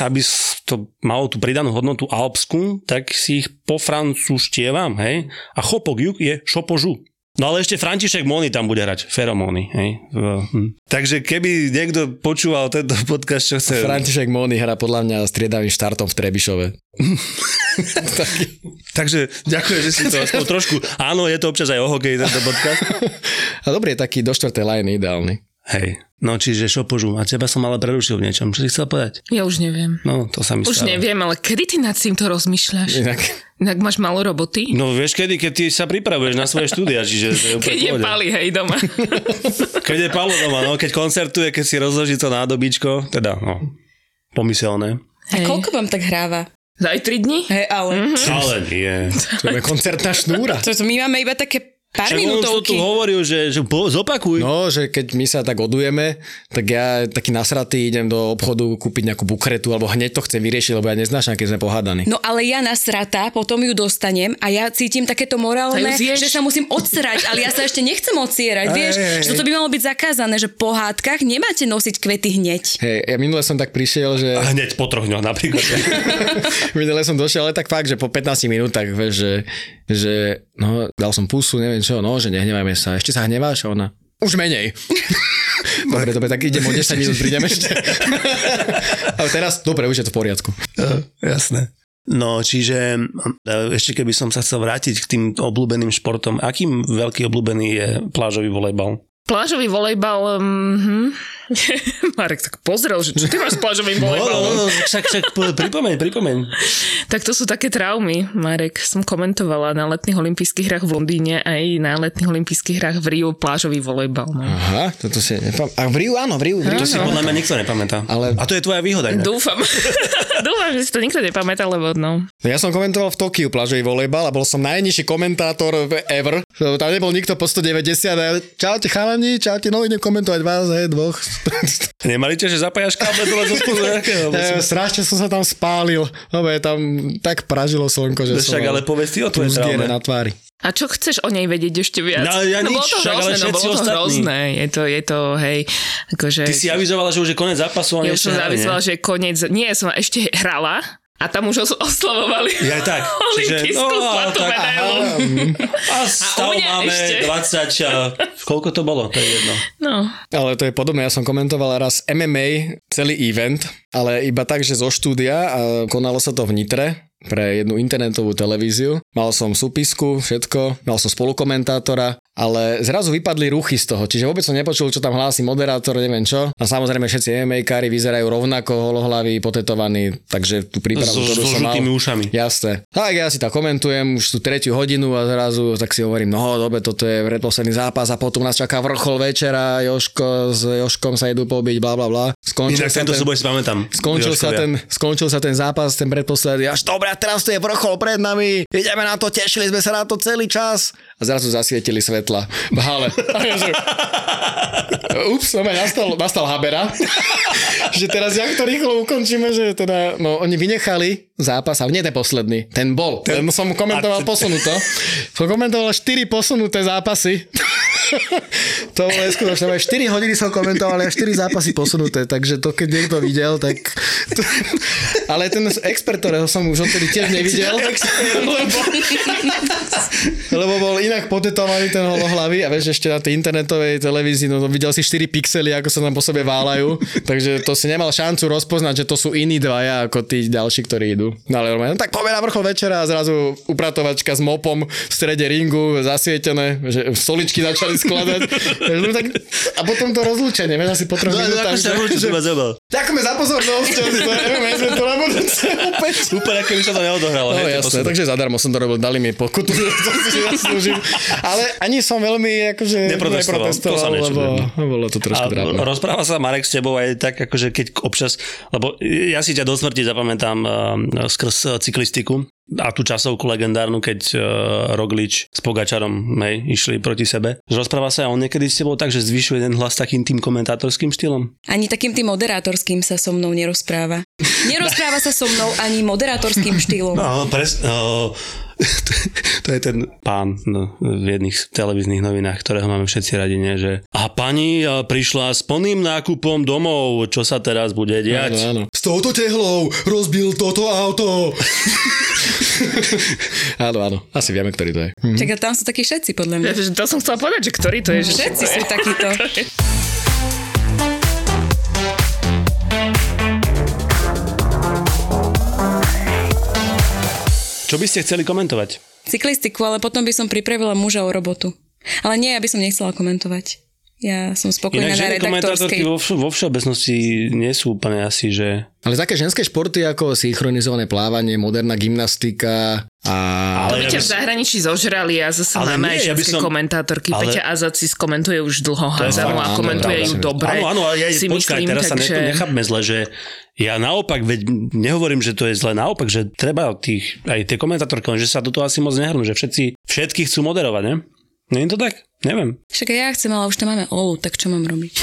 Speaker 2: aby s- to malo tú pridanú hodnotu alpskú, tak si ich po francúzštievam, hej? A chopok juk je šopožu. No ale ešte František Moni tam bude hrať, feromóny, hej? V- Hm. Takže keby niekto počúval tento podcast, čo chce...
Speaker 3: František Móny hrá podľa mňa striedavým štartom v Trebišove.
Speaker 2: Takže ďakujem, že si to aspoň trošku... Áno, je to občas aj o hokeji tento podcast.
Speaker 3: A dobrý je taký do štvrtej lajny ideálny.
Speaker 2: Hej, no čiže šopožu. A teba som ale prerušil v niečom. Čo si chcel povedať?
Speaker 1: Ja už neviem.
Speaker 2: No, to sa mi
Speaker 1: Už
Speaker 2: stáva.
Speaker 1: neviem, ale kedy ty nad týmto rozmýšľaš?
Speaker 3: Inak
Speaker 1: Inak máš malo roboty?
Speaker 2: No vieš kedy, keď ty sa pripravuješ na svoje štúdia, čiže to je
Speaker 1: Keď
Speaker 2: úplne v
Speaker 1: je
Speaker 2: pohode.
Speaker 1: pali, hej, doma.
Speaker 2: Keď je Palo doma, no, keď koncertuje, keď si rozloží to nádobičko, teda no, pomyselné.
Speaker 1: Hej.
Speaker 4: A koľko vám tak hráva?
Speaker 1: Za aj 3 dní?
Speaker 4: Hej, ale...
Speaker 2: Ale nie.
Speaker 3: to je koncertná šnúra.
Speaker 4: To, to my máme iba také pár
Speaker 2: Však on už to tu
Speaker 4: minútovky.
Speaker 2: hovoril, že, že po, zopakuj. No.
Speaker 3: No, že keď my sa tak odujeme, tak ja taký nasratý idem do obchodu kúpiť nejakú bukretu, alebo hneď to chcem vyriešiť, lebo ja neznášam, keď sme pohádaní.
Speaker 4: No ale ja nasratá, potom ju dostanem a ja cítim takéto morálne,
Speaker 1: A ju zješ?
Speaker 4: že sa musím odsrať, ale ja sa ešte nechcem odsierať,
Speaker 3: Aj,
Speaker 4: vieš,
Speaker 3: aj, aj.
Speaker 4: že toto by malo byť zakázané, že po hádkach nemáte nosiť kvety hneď.
Speaker 3: Hej, ja minule som tak prišiel, že
Speaker 2: A hneď po troch dňoch napríklad.
Speaker 3: minule som došiel, ale tak fakt, že po 15 minútach, vieš, že, že no, dal som pusu, neviem čo, no, že nehnevajme sa, ešte sa hneváš a ona, už menej. dobre, dobre, tak idem o 10 minút, prídem ešte. ale teraz, dobre, už je to v poriadku.
Speaker 2: Jasné. No, čiže e, ešte keby som sa chcel vrátiť k tým obľúbeným športom, akým veľký obľúbený je plážový volejbal?
Speaker 1: Plážový volejbal... Mm-hmm. Marek tak pozrel, že čo ty máš s plážovým volejbalom?
Speaker 2: no, však, však p- pripomeň, pripomeň.
Speaker 1: Tak to sú také traumy, Marek. Som komentovala na letných olympijských hrách v Londýne aj na letných olympijských hrách v Riu plážový volejbal. No.
Speaker 3: Aha, toto si nepam... A v Riu, áno, v Riu. V Riu.
Speaker 2: To si podľa mňa nikto nepamätá.
Speaker 3: Ale-
Speaker 2: A to je tvoja výhoda. inak.
Speaker 1: Dúfam. Dúfam, že si to nikto nepamätá, lebo no.
Speaker 3: Ja som komentoval v Tokiu plážový volejbal a bol som najnižší komentátor v- ever. Tam nebol nikto po 190 a ja, čaute chalani, čaute, no idem komentovať vás, hej, dvoch.
Speaker 2: Nemali ťa, že zapájaš káble dole zo spodu nejakého?
Speaker 3: Ja, strašne som sa tam spálil. Dobre, tam tak pražilo slnko, že som
Speaker 2: Však ale
Speaker 3: mal
Speaker 2: povedz ty o tvojej traume.
Speaker 3: uzdiere na tvári.
Speaker 1: A čo chceš o nej vedieť ešte viac?
Speaker 2: No, ja
Speaker 1: no bolo
Speaker 2: nič,
Speaker 1: to
Speaker 2: však, ale
Speaker 1: hrozné, no
Speaker 2: všetci
Speaker 1: bolo to
Speaker 2: ostatní.
Speaker 1: hrozné. Je to, je to, hej, akože...
Speaker 2: Ty si avizovala, že už je koniec zápasu,
Speaker 1: ja
Speaker 2: ale
Speaker 1: už som závisela, že je koniec... Nie, ja som ešte hrala a tam už os- oslavovali
Speaker 2: Ja aj tak. Čiže,
Speaker 1: olympijskú
Speaker 2: no,
Speaker 1: zlatú
Speaker 2: tak,
Speaker 1: medailu.
Speaker 3: Hm,
Speaker 2: A stav
Speaker 1: u mňa
Speaker 2: máme
Speaker 1: ešte.
Speaker 2: 20 a... Koľko to bolo? To je jedno.
Speaker 1: No.
Speaker 3: Ale to je podobné, ja som komentoval raz MMA, celý event, ale iba tak, že zo štúdia a konalo sa to v Nitre pre jednu internetovú televíziu. Mal som súpisku, všetko, mal som spolukomentátora, ale zrazu vypadli ruchy z toho, čiže vôbec som nepočul, čo tam hlási moderátor, neviem čo. A samozrejme všetci MMA-kári vyzerajú rovnako, holohlaví, potetovaní, takže tú prípravu,
Speaker 2: So,
Speaker 3: ktorú
Speaker 2: so
Speaker 3: som mal...
Speaker 2: žltými ušami.
Speaker 3: Jasné. No, Tak ja si tak komentujem už tú tretiu hodinu a zrazu tak si hovorím, no dobre, toto je predposledný zápas a potom nás čaká vrchol večera, Joško s Joškom sa idú pobiť, bla bla bla. Skončil,
Speaker 2: Inak
Speaker 3: sa
Speaker 2: tento
Speaker 3: ten,
Speaker 2: súboj si pamätám.
Speaker 3: skončil, sa
Speaker 2: Jožkovia.
Speaker 3: ten, skončil sa ten zápas, ten predposledný, až dobre, a teraz tu je vrchol pred nami, ideme na to, tešili sme sa na to celý čas. A zrazu zasvietili svetla v hale. A ja že, Ups, no nastal, nastal Habera. že teraz jak to rýchlo ukončíme, že teda, no oni vynechali zápas, ale nie ten posledný, ten bol. Ten, ten som komentoval posunuto. Som komentoval 4 posunuté zápasy. to bolo neskutočné. 4 hodiny som komentoval a 4 zápasy posunuté, takže to keď niekto videl, tak... ale ten expert, ktorého som už odtedy tiež nevidel, lebo bol inak potetovaný ten holohlavý a vieš, ešte na tej internetovej televízii, no videl si 4 pixely, ako sa tam po sebe váľajú, takže to si nemal šancu rozpoznať, že to sú iní dvaja ako tí ďalší, ktorí idú. No ale normálne, no tak poďme na vrchol večera a zrazu upratovačka s mopom v strede ringu, zasvietené, že stoličky začali skladať. Takže, no tak, a potom to rozlúčenie, vieš, asi po troch
Speaker 2: No, no,
Speaker 3: minútach.
Speaker 2: ako sa
Speaker 3: že-
Speaker 2: hovorí, čo si ma zabal.
Speaker 3: Ďakujeme za pozornosť, to je MMA, sme tu na budúce opäť.
Speaker 2: Úplne, ako by sa to neodohralo.
Speaker 3: No
Speaker 2: hej, tie
Speaker 3: jasné,
Speaker 2: posledné.
Speaker 3: takže zadarmo som to robil, dali mi pokutu, to si zaslúžim. Ale ani som veľmi akože
Speaker 2: Neprotestoval, to sa nečudujem.
Speaker 3: lebo bolo to trošku drábne.
Speaker 2: A rozpráva sa Marek s tebou aj tak, akože keď občas, lebo ja si ťa do smrti zapamätám um, skrz eh, cyklistiku a tú časovku legendárnu, keď uh, Roglič s Pogačarom hej, išli proti sebe. Že Rozpráva sa aj on niekedy s tebou tak, že zvyšuje jeden hlas takým tým komentátorským štýlom.
Speaker 4: Ani takým tým moderátorským sa so mnou nerozpráva. Nerozpráva sa so mnou ani moderátorským štýlom.
Speaker 2: No, pres, no, to, to je ten pán no, v jedných z televíznych novinách, ktorého máme všetci radi, nie? že a pani eh, prišla s plným nákupom domov, čo sa teraz bude diať?
Speaker 3: áno. S touto tehlou rozbil toto auto. áno, áno. Asi vieme, ktorý to je. Hm.
Speaker 4: Čak, ale tam sú takí všetci, podľa mňa.
Speaker 1: Mhm. Ja, že to som chcela povedať, že ktorý to je. Že
Speaker 4: Všetci sú takíto.
Speaker 2: Čo by ste chceli komentovať?
Speaker 4: Cyklistiku, ale potom by som pripravila muža o robotu. Ale nie, aby som nechcela komentovať. Ja som spokojná
Speaker 2: Inak
Speaker 4: na
Speaker 2: ženy komentátorky
Speaker 4: redaktorskej.
Speaker 2: vo, vš- vo všeobecnosti nie sú úplne asi, že...
Speaker 3: Ale také ženské športy ako synchronizované plávanie, moderná gymnastika a...
Speaker 1: To by
Speaker 2: ja
Speaker 1: ťa v
Speaker 2: by som-
Speaker 1: zahraničí zožrali a zase
Speaker 2: Ale
Speaker 1: máme aj
Speaker 2: nie, ja by
Speaker 1: všetky
Speaker 2: som-
Speaker 1: komentátorky.
Speaker 2: ale-
Speaker 1: Peťa Azaci skomentuje už dlho Hazanu
Speaker 3: fakt,
Speaker 1: a
Speaker 3: áno,
Speaker 1: komentuje
Speaker 3: áno,
Speaker 1: ju
Speaker 3: áno.
Speaker 1: dobre.
Speaker 2: áno, áno, ale ja,
Speaker 1: si
Speaker 2: počkaj,
Speaker 1: myslím,
Speaker 2: teraz sa
Speaker 1: takže...
Speaker 2: ne, nechápme zle, že ja naopak, veď nehovorím, že to je zle, naopak, že treba tých, aj tie komentátorky, lenže sa do toho asi moc nehrnú, že všetci, všetky chcú moderovať, ne? Nie je to tak? Neviem.
Speaker 4: Však aj ja chcem, ale už tam máme Olu, tak čo mám robiť?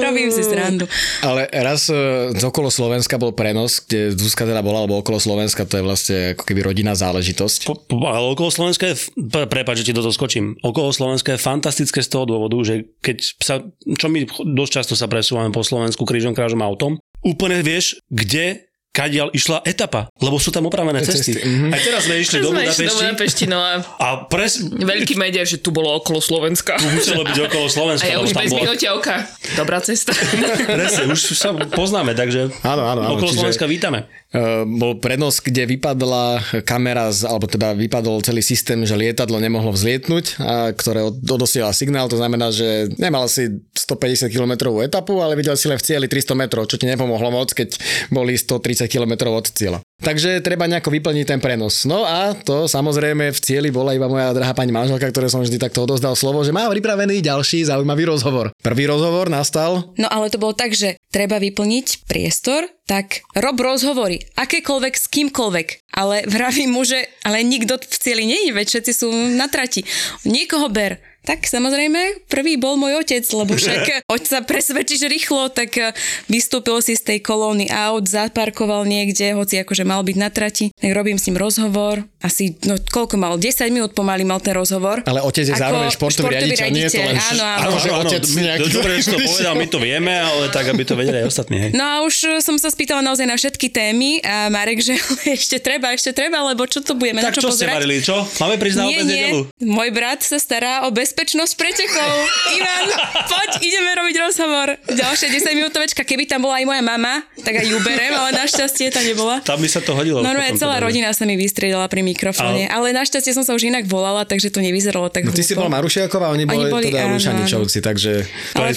Speaker 4: Robím si srandu.
Speaker 3: Ale raz e, z okolo Slovenska bol prenos, kde Zuzka teda bola, alebo okolo Slovenska, to je vlastne ako keby rodinná záležitosť.
Speaker 2: Po, po, ale okolo Slovenska je, f- pre- prepáč, že ti do toho skočím, okolo Slovenska je fantastické z toho dôvodu, že keď sa, čo my ch- dosť často sa presúvame po Slovensku krížom krážom autom, úplne vieš, kde kadiaľ išla etapa, lebo sú tam opravené cesty.
Speaker 3: Cesty, mhm.
Speaker 2: A teraz sme
Speaker 1: Čo
Speaker 2: išli do
Speaker 1: sme išli do
Speaker 2: Budapešti
Speaker 1: Budapešti, no a
Speaker 2: a pres...
Speaker 1: veľký medier, že tu bolo okolo Slovenska.
Speaker 2: Tu muselo byť okolo Slovenska,
Speaker 1: A ja
Speaker 2: lebo
Speaker 1: už
Speaker 2: tam
Speaker 1: bez
Speaker 2: bolo...
Speaker 1: minutia oka. Dobrá cesta.
Speaker 2: Presne, už sa poznáme, takže
Speaker 3: Áno, áno, áno,
Speaker 2: okolo
Speaker 3: čiže-
Speaker 2: Slovenska vítame.
Speaker 3: Eh, bol prenos, kde vypadla kamera, z, alebo teda vypadol celý systém, že lietadlo nemohlo vzlietnúť, a ktoré od- odosiela signál, to znamená, že nemal si 150 km etapu, ale videl si len v cieli 300 metrov, čo ti nepomohlo moc, keď boli 130 km od cieľa. Takže treba nejako vyplniť ten prenos. No a to samozrejme v cieli bola iba moja drahá pani manželka, ktoré som vždy takto odozdal slovo, že mám pripravený ďalší zaujímavý rozhovor. Prvý rozhovor nastal
Speaker 4: No ale to bolo tak, že treba vyplniť priestor, tak rob rozhovory, akékoľvek s kýmkoľvek. Ale vravím mu, že ale nikto v cieli nie je, veď všetci sú na trati. Niekoho ber. Tak samozrejme, prvý bol môj otec, lebo však oď sa presvedčíš rýchlo, tak eh, vystúpil si z tej kolóny aut, zaparkoval niekde, hoci akože mal byť na trati, tak robím s ním rozhovor, asi, no koľko mal, 10 minút pomaly mal ten rozhovor.
Speaker 3: Ale otec je
Speaker 4: Ako
Speaker 3: zároveň športový riaditeľ, nie je to len-
Speaker 4: Áno, áno.
Speaker 3: Áno, že otec
Speaker 2: my-
Speaker 3: nejak-
Speaker 2: Dobre, že to povedal, my to vieme, ale tak, aby to vedeli aj ostatní. Hej.
Speaker 4: No a už e, som sa spýtala naozaj na všetky témy a Marek, že ešte treba, ešte treba, lebo čo to budeme, na
Speaker 2: tak
Speaker 4: čo,
Speaker 2: čo, ste
Speaker 4: pozerať?
Speaker 2: varili, čo? Máme prísť na
Speaker 4: nie,
Speaker 2: obed
Speaker 4: nie,
Speaker 2: nedelu.
Speaker 4: môj brat sa stará o bezpečnosť pretekov. Ivan, poď, ideme robiť rozhovor. Ďalšia 10 minútovečka, keby tam bola aj moja mama, tak aj ju berem, ale našťastie tam nebola.
Speaker 2: Tam by sa to hodilo.
Speaker 4: Normálne
Speaker 2: potom teda,
Speaker 4: celá
Speaker 2: že-
Speaker 4: rodina sa mi vystriedala pri mikrofóne, ale našťastie som sa už inak volala, takže to nevyzeralo tak
Speaker 3: No ty si
Speaker 4: hlúpo.
Speaker 3: bol Marušiaková, oni boli,
Speaker 4: boli,
Speaker 3: teda
Speaker 4: áno,
Speaker 3: Lušaničovci, takže...
Speaker 4: Ale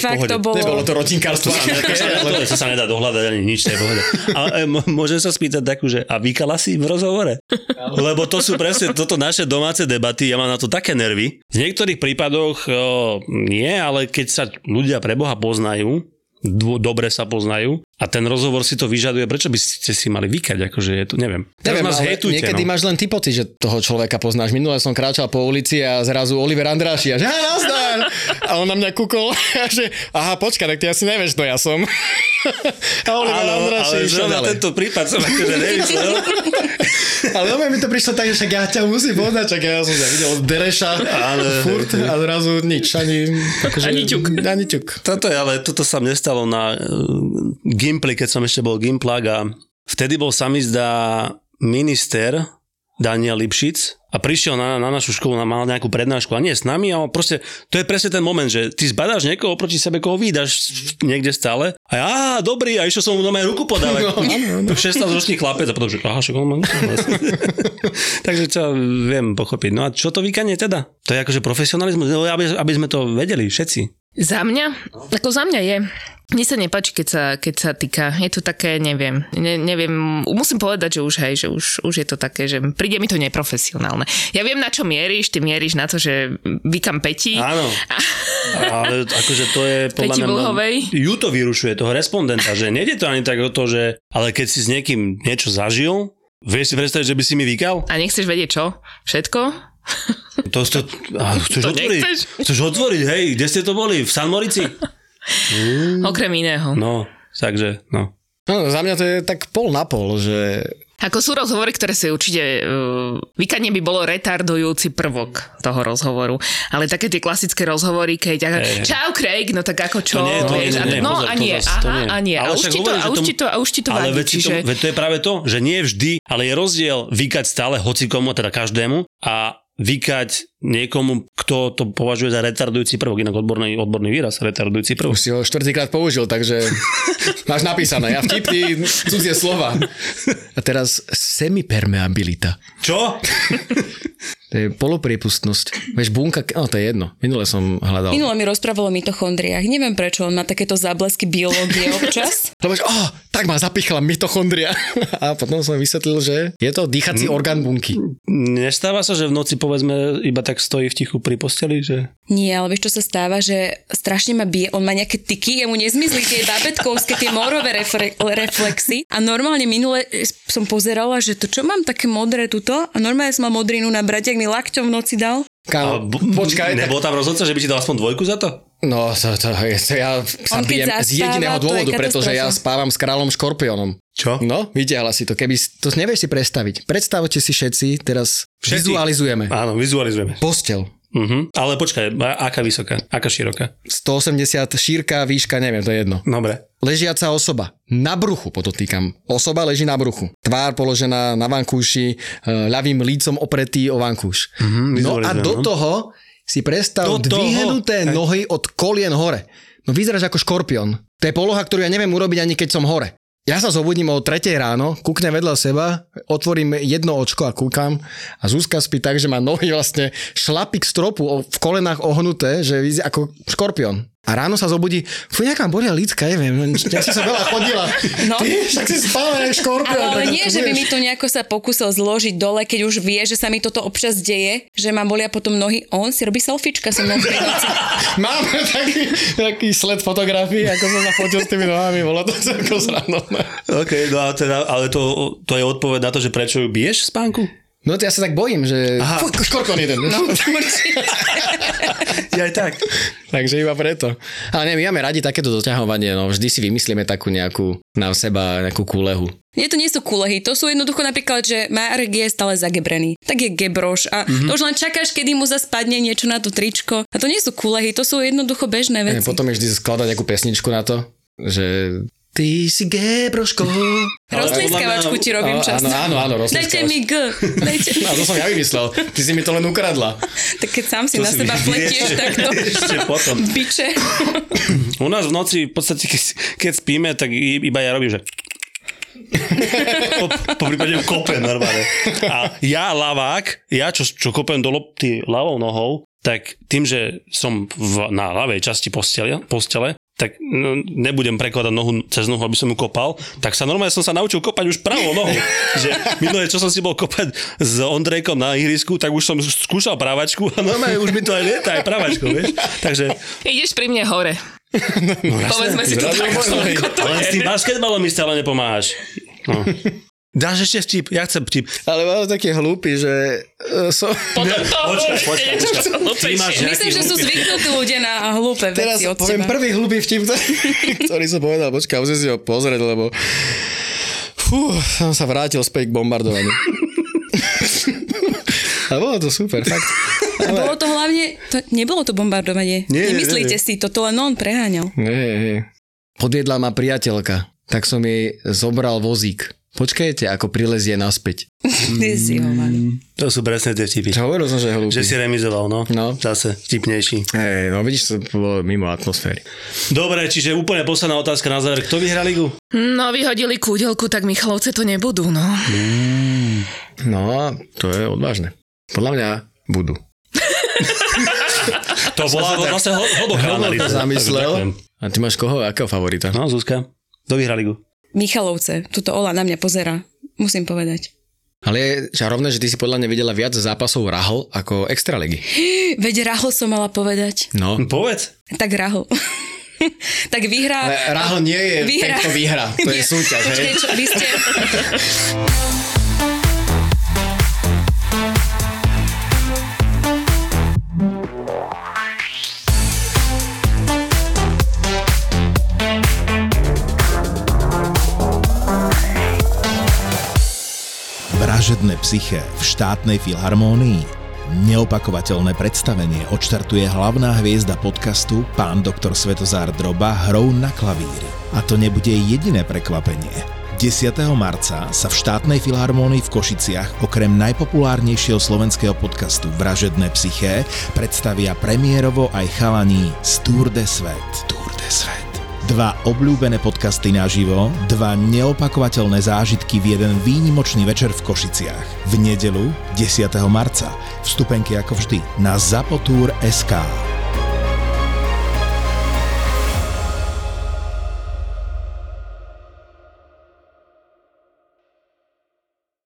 Speaker 2: je v
Speaker 4: fakt
Speaker 2: pohode.
Speaker 4: to bolo...
Speaker 3: Nebolo to rotinkárstvo.
Speaker 2: To sa, nedá, to, to sa nedá dohľadať ani nič, to je pohode. A e, m- môžem sa spýtať takú, že a vykala si v rozhovore? Lebo to sú presne toto naše domáce debaty, ja mám na to také nervy. V niektorých prípadoch o, nie, ale keď sa ľudia pre Boha poznajú, dvo, dobre sa poznajú a ten rozhovor si to vyžaduje, prečo by ste si mali vykať, akože je to, neviem. Teraz
Speaker 3: Neviem,
Speaker 2: ma
Speaker 3: ale
Speaker 2: zhejtujte,
Speaker 3: niekedy
Speaker 2: no.
Speaker 3: máš len ty pocit, že toho človeka poznáš. Minule som kráčal po ulici a zrazu Oliver Andráši a že "Á, nazdar! A on na mňa kúkol a že aha, počkaj, tak ty asi nevieš, kto ja som. A Oliver
Speaker 2: Áno,
Speaker 3: Andráši
Speaker 2: ale
Speaker 3: išiel
Speaker 2: zrovna
Speaker 3: ďalej.
Speaker 2: tento prípad som akože nevysel.
Speaker 3: Ale dobre mi to prišlo tak, že však ja ťa musím poznať, čak ja som ťa videl od Dereša furt a zrazu nič. Ani, akože,
Speaker 1: Ani ťuk.
Speaker 3: Ani ťuk.
Speaker 2: Toto je, ale toto sa mne stalo na uh, Gimply, keď som ešte bol Gimplak a vtedy bol sa mi zdá minister Daniel Lipšic a prišiel na, na našu školu, na, mal nejakú prednášku a nie s nami, ale proste to je presne ten moment, že ty zbadáš niekoho oproti sebe, koho vydáš niekde stále a ja, "Á, dobrý, a išiel som mu doma aj ruku podávať.
Speaker 3: No, áno,
Speaker 2: No, 16-ročný chlapec a potom, že aha, však on má Takže to viem pochopiť. No a čo to vykanie teda? To je akože profesionalizmus, no, aby, aby sme to vedeli všetci.
Speaker 1: Za mňa? Ako za mňa je. Mne sa nepáči, keď sa, keď sa týka. Je to také, neviem. Ne, neviem, musím povedať, že už hej, že už, už je to také, že príde mi to neprofesionálne. Ja viem, na čo mieríš, ty mieríš na to, že vykam Peti.
Speaker 2: Áno. Ale akože to je podľa
Speaker 1: Peti
Speaker 2: mňa...
Speaker 1: Vlhovej.
Speaker 2: Ju to vyrušuje, toho respondenta, že nejde to ani tak o to, že... Ale keď si s niekým niečo zažil, vieš si predstaviť, že by si mi vykal?
Speaker 1: A nechceš vedieť čo? Všetko?
Speaker 2: To, to, a chceš
Speaker 1: To
Speaker 2: otvoriť?
Speaker 1: nechceš?
Speaker 2: Chceš otvoriť, hej, kde ste to boli? V San Morici?
Speaker 1: Okrem iného.
Speaker 2: No, takže, no.
Speaker 3: No, za mňa to je tak pol na pol, že
Speaker 1: Ako sú rozhovory, ktoré si určite... Uh, vykanie by bolo retardujúci prvok toho rozhovoru. Ale také tie klasické rozhovory, keď... Ako, Čau, Craig, no tak ako čo?
Speaker 2: To nie, to nie,
Speaker 1: vieš,
Speaker 2: to
Speaker 1: a-
Speaker 2: nie,
Speaker 1: no
Speaker 2: pozor,
Speaker 1: a
Speaker 2: to
Speaker 1: nie,
Speaker 2: zas- to
Speaker 1: aha,
Speaker 2: nie.
Speaker 1: a nie. A
Speaker 2: Ale
Speaker 1: už
Speaker 2: však
Speaker 1: ti to, a
Speaker 2: hovorím, že
Speaker 1: už
Speaker 2: tomu-
Speaker 1: ti to, a už ti to
Speaker 2: ale
Speaker 1: vadí,
Speaker 2: veď si to,
Speaker 1: čiže...
Speaker 2: veď to je práve to, že nie vždy, ale je rozdiel vykať stále hocikomu, teda každému a vykať niekomu, kto to považuje za retardujúci prvok, inak odborný, odborný výraz, retardujúci prvok.
Speaker 3: Už si ho štvrtýkrát použil, takže máš napísané. Ja vtip, ty cudzie slova. A teraz semipermeabilita.
Speaker 2: Čo?
Speaker 3: To je polopriepustnosť. Vieš, bunka, no to je jedno. Minule som hľadal.
Speaker 4: Minule mi rozprával o mitochondriách. Neviem, prečo on má takéto záblesky biológie občas.
Speaker 3: Lebo že, oh, tak ma zapichla mitochondria. A potom som vysvetlil, že je to
Speaker 2: Mm.
Speaker 3: dýchací orgán bunky.
Speaker 2: Nestáva sa, že v noci povedzme iba tak stojí v tichu pri posteli, že...
Speaker 4: Nie, ale vieš, čo sa stáva, že strašne ma bije, on má nejaké tyky, jemu nezmizli tie babetkovské, tie morové refre- reflexy a normálne minule som pozerala, že to čo mám také modré tuto a normálne som mal modrinu na brate, ak mi lakťom v noci dal.
Speaker 2: A
Speaker 3: Kámo,
Speaker 2: bu-
Speaker 3: počkaj, tak,
Speaker 2: Nebol tam rozhodca, že by ti dal aspoň dvojku za to?
Speaker 3: no to, to, je- to ja sa
Speaker 4: On keď
Speaker 3: bijem
Speaker 4: zastáva,
Speaker 3: z jediného
Speaker 4: to je
Speaker 3: dôvodu, pretože ja
Speaker 4: katastrofa.
Speaker 3: spávam s kráľom škorpiónom.
Speaker 2: Čo?
Speaker 3: No, vytiahla si to. Keby si- to nevieš si predstaviť. Predstavte si všetci, teraz
Speaker 2: Všetci.
Speaker 3: vizualizujeme.
Speaker 2: Áno, vizualizujeme.
Speaker 3: Postel.
Speaker 2: Uh-huh. Ale počkaj, a- aká vysoká, aká široká?
Speaker 3: 180 šírka, výška, neviem, to je jedno.
Speaker 2: Dobre.
Speaker 3: Ležiaca osoba. Na bruchu, podotýkam. Osoba leží na bruchu. Tvár položená na vankúši, e, ľavým lícom opretý o vankúš.
Speaker 2: my sme
Speaker 3: no a
Speaker 2: hovorili,
Speaker 3: do
Speaker 2: no.
Speaker 3: toho si predstav
Speaker 2: Do toho.
Speaker 3: dvihnuté
Speaker 2: Hej.
Speaker 3: nohy od kolien hore. No vyzeráš ako škorpión. To je poloha, ktorú ja neviem urobiť ani keď som hore. Ja sa zobudím o 3 ráno, kúknem vedľa seba, otvorím jedno očko a kúkam a Zuzka spí tak, že má nohy vlastne šlapik stropu o- v kolenách ohnuté, že vyzerá ako škorpión. A ráno sa zobudí, fú, nejaká boria lícka, neviem, ja si sa veľa chodila.
Speaker 4: No.
Speaker 3: Ty, však si spala, jak škorpión.
Speaker 4: Ale, ale
Speaker 3: tak
Speaker 4: nie,
Speaker 3: to
Speaker 4: že by
Speaker 3: budeš.
Speaker 4: mi to nejako sa pokúsil zložiť dole, keď už vie, že sa mi toto občas deje, že ma bolia potom nohy. On si robí selfiečka so mnou v prednici.
Speaker 3: Mám taký, taký sled fotografií, ako som sa fotil s tými nohami, bolo to celkom srandovné.
Speaker 2: OK, no a teda, ale to, to je odpoveď na to, že prečo ju biješ v spánku?
Speaker 3: No to ja sa tak bojím, že... Aha. Fú, škorpión jeden. No.
Speaker 2: Ja aj tak.
Speaker 3: Takže iba preto. Ale nie, my máme radi takéto doťahovanie, no vždy si vymyslíme takú nejakú na seba, nejakú kúlehu.
Speaker 4: Nie, to nie sú kulehy, to sú jednoducho napríklad, že Marek je stále zagebrený, tak je gebroš
Speaker 2: Mhm.
Speaker 4: a mm-hmm. to už len čakáš, kedy mu zaspadne niečo na to tričko. A to nie sú kulehy, to sú jednoducho bežné
Speaker 3: E,
Speaker 4: veci.
Speaker 3: potom je vždy skladať nejakú pesničku na to, že... Ty si gebroško.
Speaker 4: Rozlieskávačku ti robím
Speaker 3: Áno,
Speaker 4: čas.
Speaker 3: áno, áno, áno, rozlieskávač.
Speaker 4: Dajte mi G. Dajte mi.
Speaker 3: No, to som ja vymyslel. Ty si mi to len ukradla.
Speaker 4: Tak keď sám si
Speaker 2: To
Speaker 4: na
Speaker 2: si
Speaker 4: seba
Speaker 2: vy-
Speaker 4: pletieš
Speaker 2: ešte-
Speaker 4: takto.
Speaker 2: ešte potom.
Speaker 4: Biče.
Speaker 2: U nás v noci, v podstate, keď, keď spíme, tak i- iba ja robím, že... po, po prípade kopem normálne. A ja lavák, ja čo, čo kopem do lopty ľavou nohou, tak tým, že som v, na ľavej časti postele, postele tak no, nebudem prekladať nohu cez nohu, aby som ju kopal, tak sa normálne som sa naučil kopať už pravou nohou. že minulé, čo som si bol kopať s Ondrejkom na ihrisku, tak už som skúšal pravačku a normálne už mi to aj lieta aj pravačkou, vieš? Takže
Speaker 1: Ideš pri mne hore. No, Povedzme si to tak. ako to je.
Speaker 2: Ale s tým basketbalom mi stále nepomáhaš. No. Dáš ešte vtip? Ja chcem vtip.
Speaker 3: Ale mal taký hlúpy, že... e, Som...
Speaker 1: Potom to
Speaker 2: Počkaj, počkaj,
Speaker 1: niečo
Speaker 2: počkaj. Ty máš
Speaker 1: hlúpejšie.
Speaker 2: nejaký
Speaker 4: Myslím, že sú
Speaker 2: hlúpy-
Speaker 4: zvyknutí ľudia na hlúpe
Speaker 3: Teraz
Speaker 4: veci od
Speaker 3: poviem
Speaker 4: teba.
Speaker 3: prvý hlubý vtip, ktorý- ktorý som povedal. Počkaj, musím si ho pozrieť, lebo... Fú, som sa vrátil späť k bombardovaniu. A bolo to super, fakt.
Speaker 4: Bolo to hlavne, to, nebolo to bombardovanie.
Speaker 2: Nie, nie,
Speaker 4: Nemyslíte si to, to len on preháňal.
Speaker 3: Hej, hej. Podviedla ma priateľka, tak som jej zobral vozík. Počkajte, ako prilezie naspäť.
Speaker 2: Mm.
Speaker 4: Ty si ho mal.
Speaker 2: To sú presne tie vtipy.
Speaker 3: Čo hovoril som, že je hlúpy.
Speaker 2: Že si remizoval, no.
Speaker 3: No.
Speaker 2: Zase vtipnejší.
Speaker 3: Hej, no vidíš, to bolo mimo atmosféry.
Speaker 2: Dobre, čiže úplne posledná otázka na záver. Kto vyhrá ligu?
Speaker 1: No, vyhodili kúdelku, tak Michalovce to nebudú, no.
Speaker 3: No, to je odvážne. Podľa mňa budú.
Speaker 2: To bola vlastne hlo- hlboká analýza. Ďakujem.
Speaker 3: Zamyslel. A ty máš koho? Akého favorita?
Speaker 2: No, Zuzka. Kto vyhrá ligu?
Speaker 4: Michalovce, tuto Ola na mňa pozera. Musím povedať.
Speaker 3: Ale je čarovné, že ty si podľa mňa videla viac zápasov Rahol ako Extraligy.
Speaker 4: Veď Rahol som mala povedať.
Speaker 3: No.
Speaker 2: Povedz.
Speaker 4: Tak Rahol. tak vyhrá...
Speaker 3: Rahol nie je
Speaker 4: Vyhrá.
Speaker 3: tento výhra, to je
Speaker 4: Nie,
Speaker 3: súťaž, hej.
Speaker 4: Počkej, čo, vy ste...
Speaker 5: Vražedné psyché v štátnej filharmónii. Neopakovateľné predstavenie odštartuje hlavná hviezda podcastu pán doktor Svetozár Droba hrou na klavíri. A to nebude jediné prekvapenie. 10. marca sa v štátnej filharmónii v Košiciach okrem najpopulárnejšieho slovenského podcastu Vražedné psyché predstavia premiérovo aj chalaní z Tour de Svet. Tour de Svet. Dva obľúbené podcasty naživo, dva neopakovateľné zážitky v jeden výnimočný večer v Košiciach. V nedelu 10. marca. Vstupenky ako vždy na zapotur.sk. SK.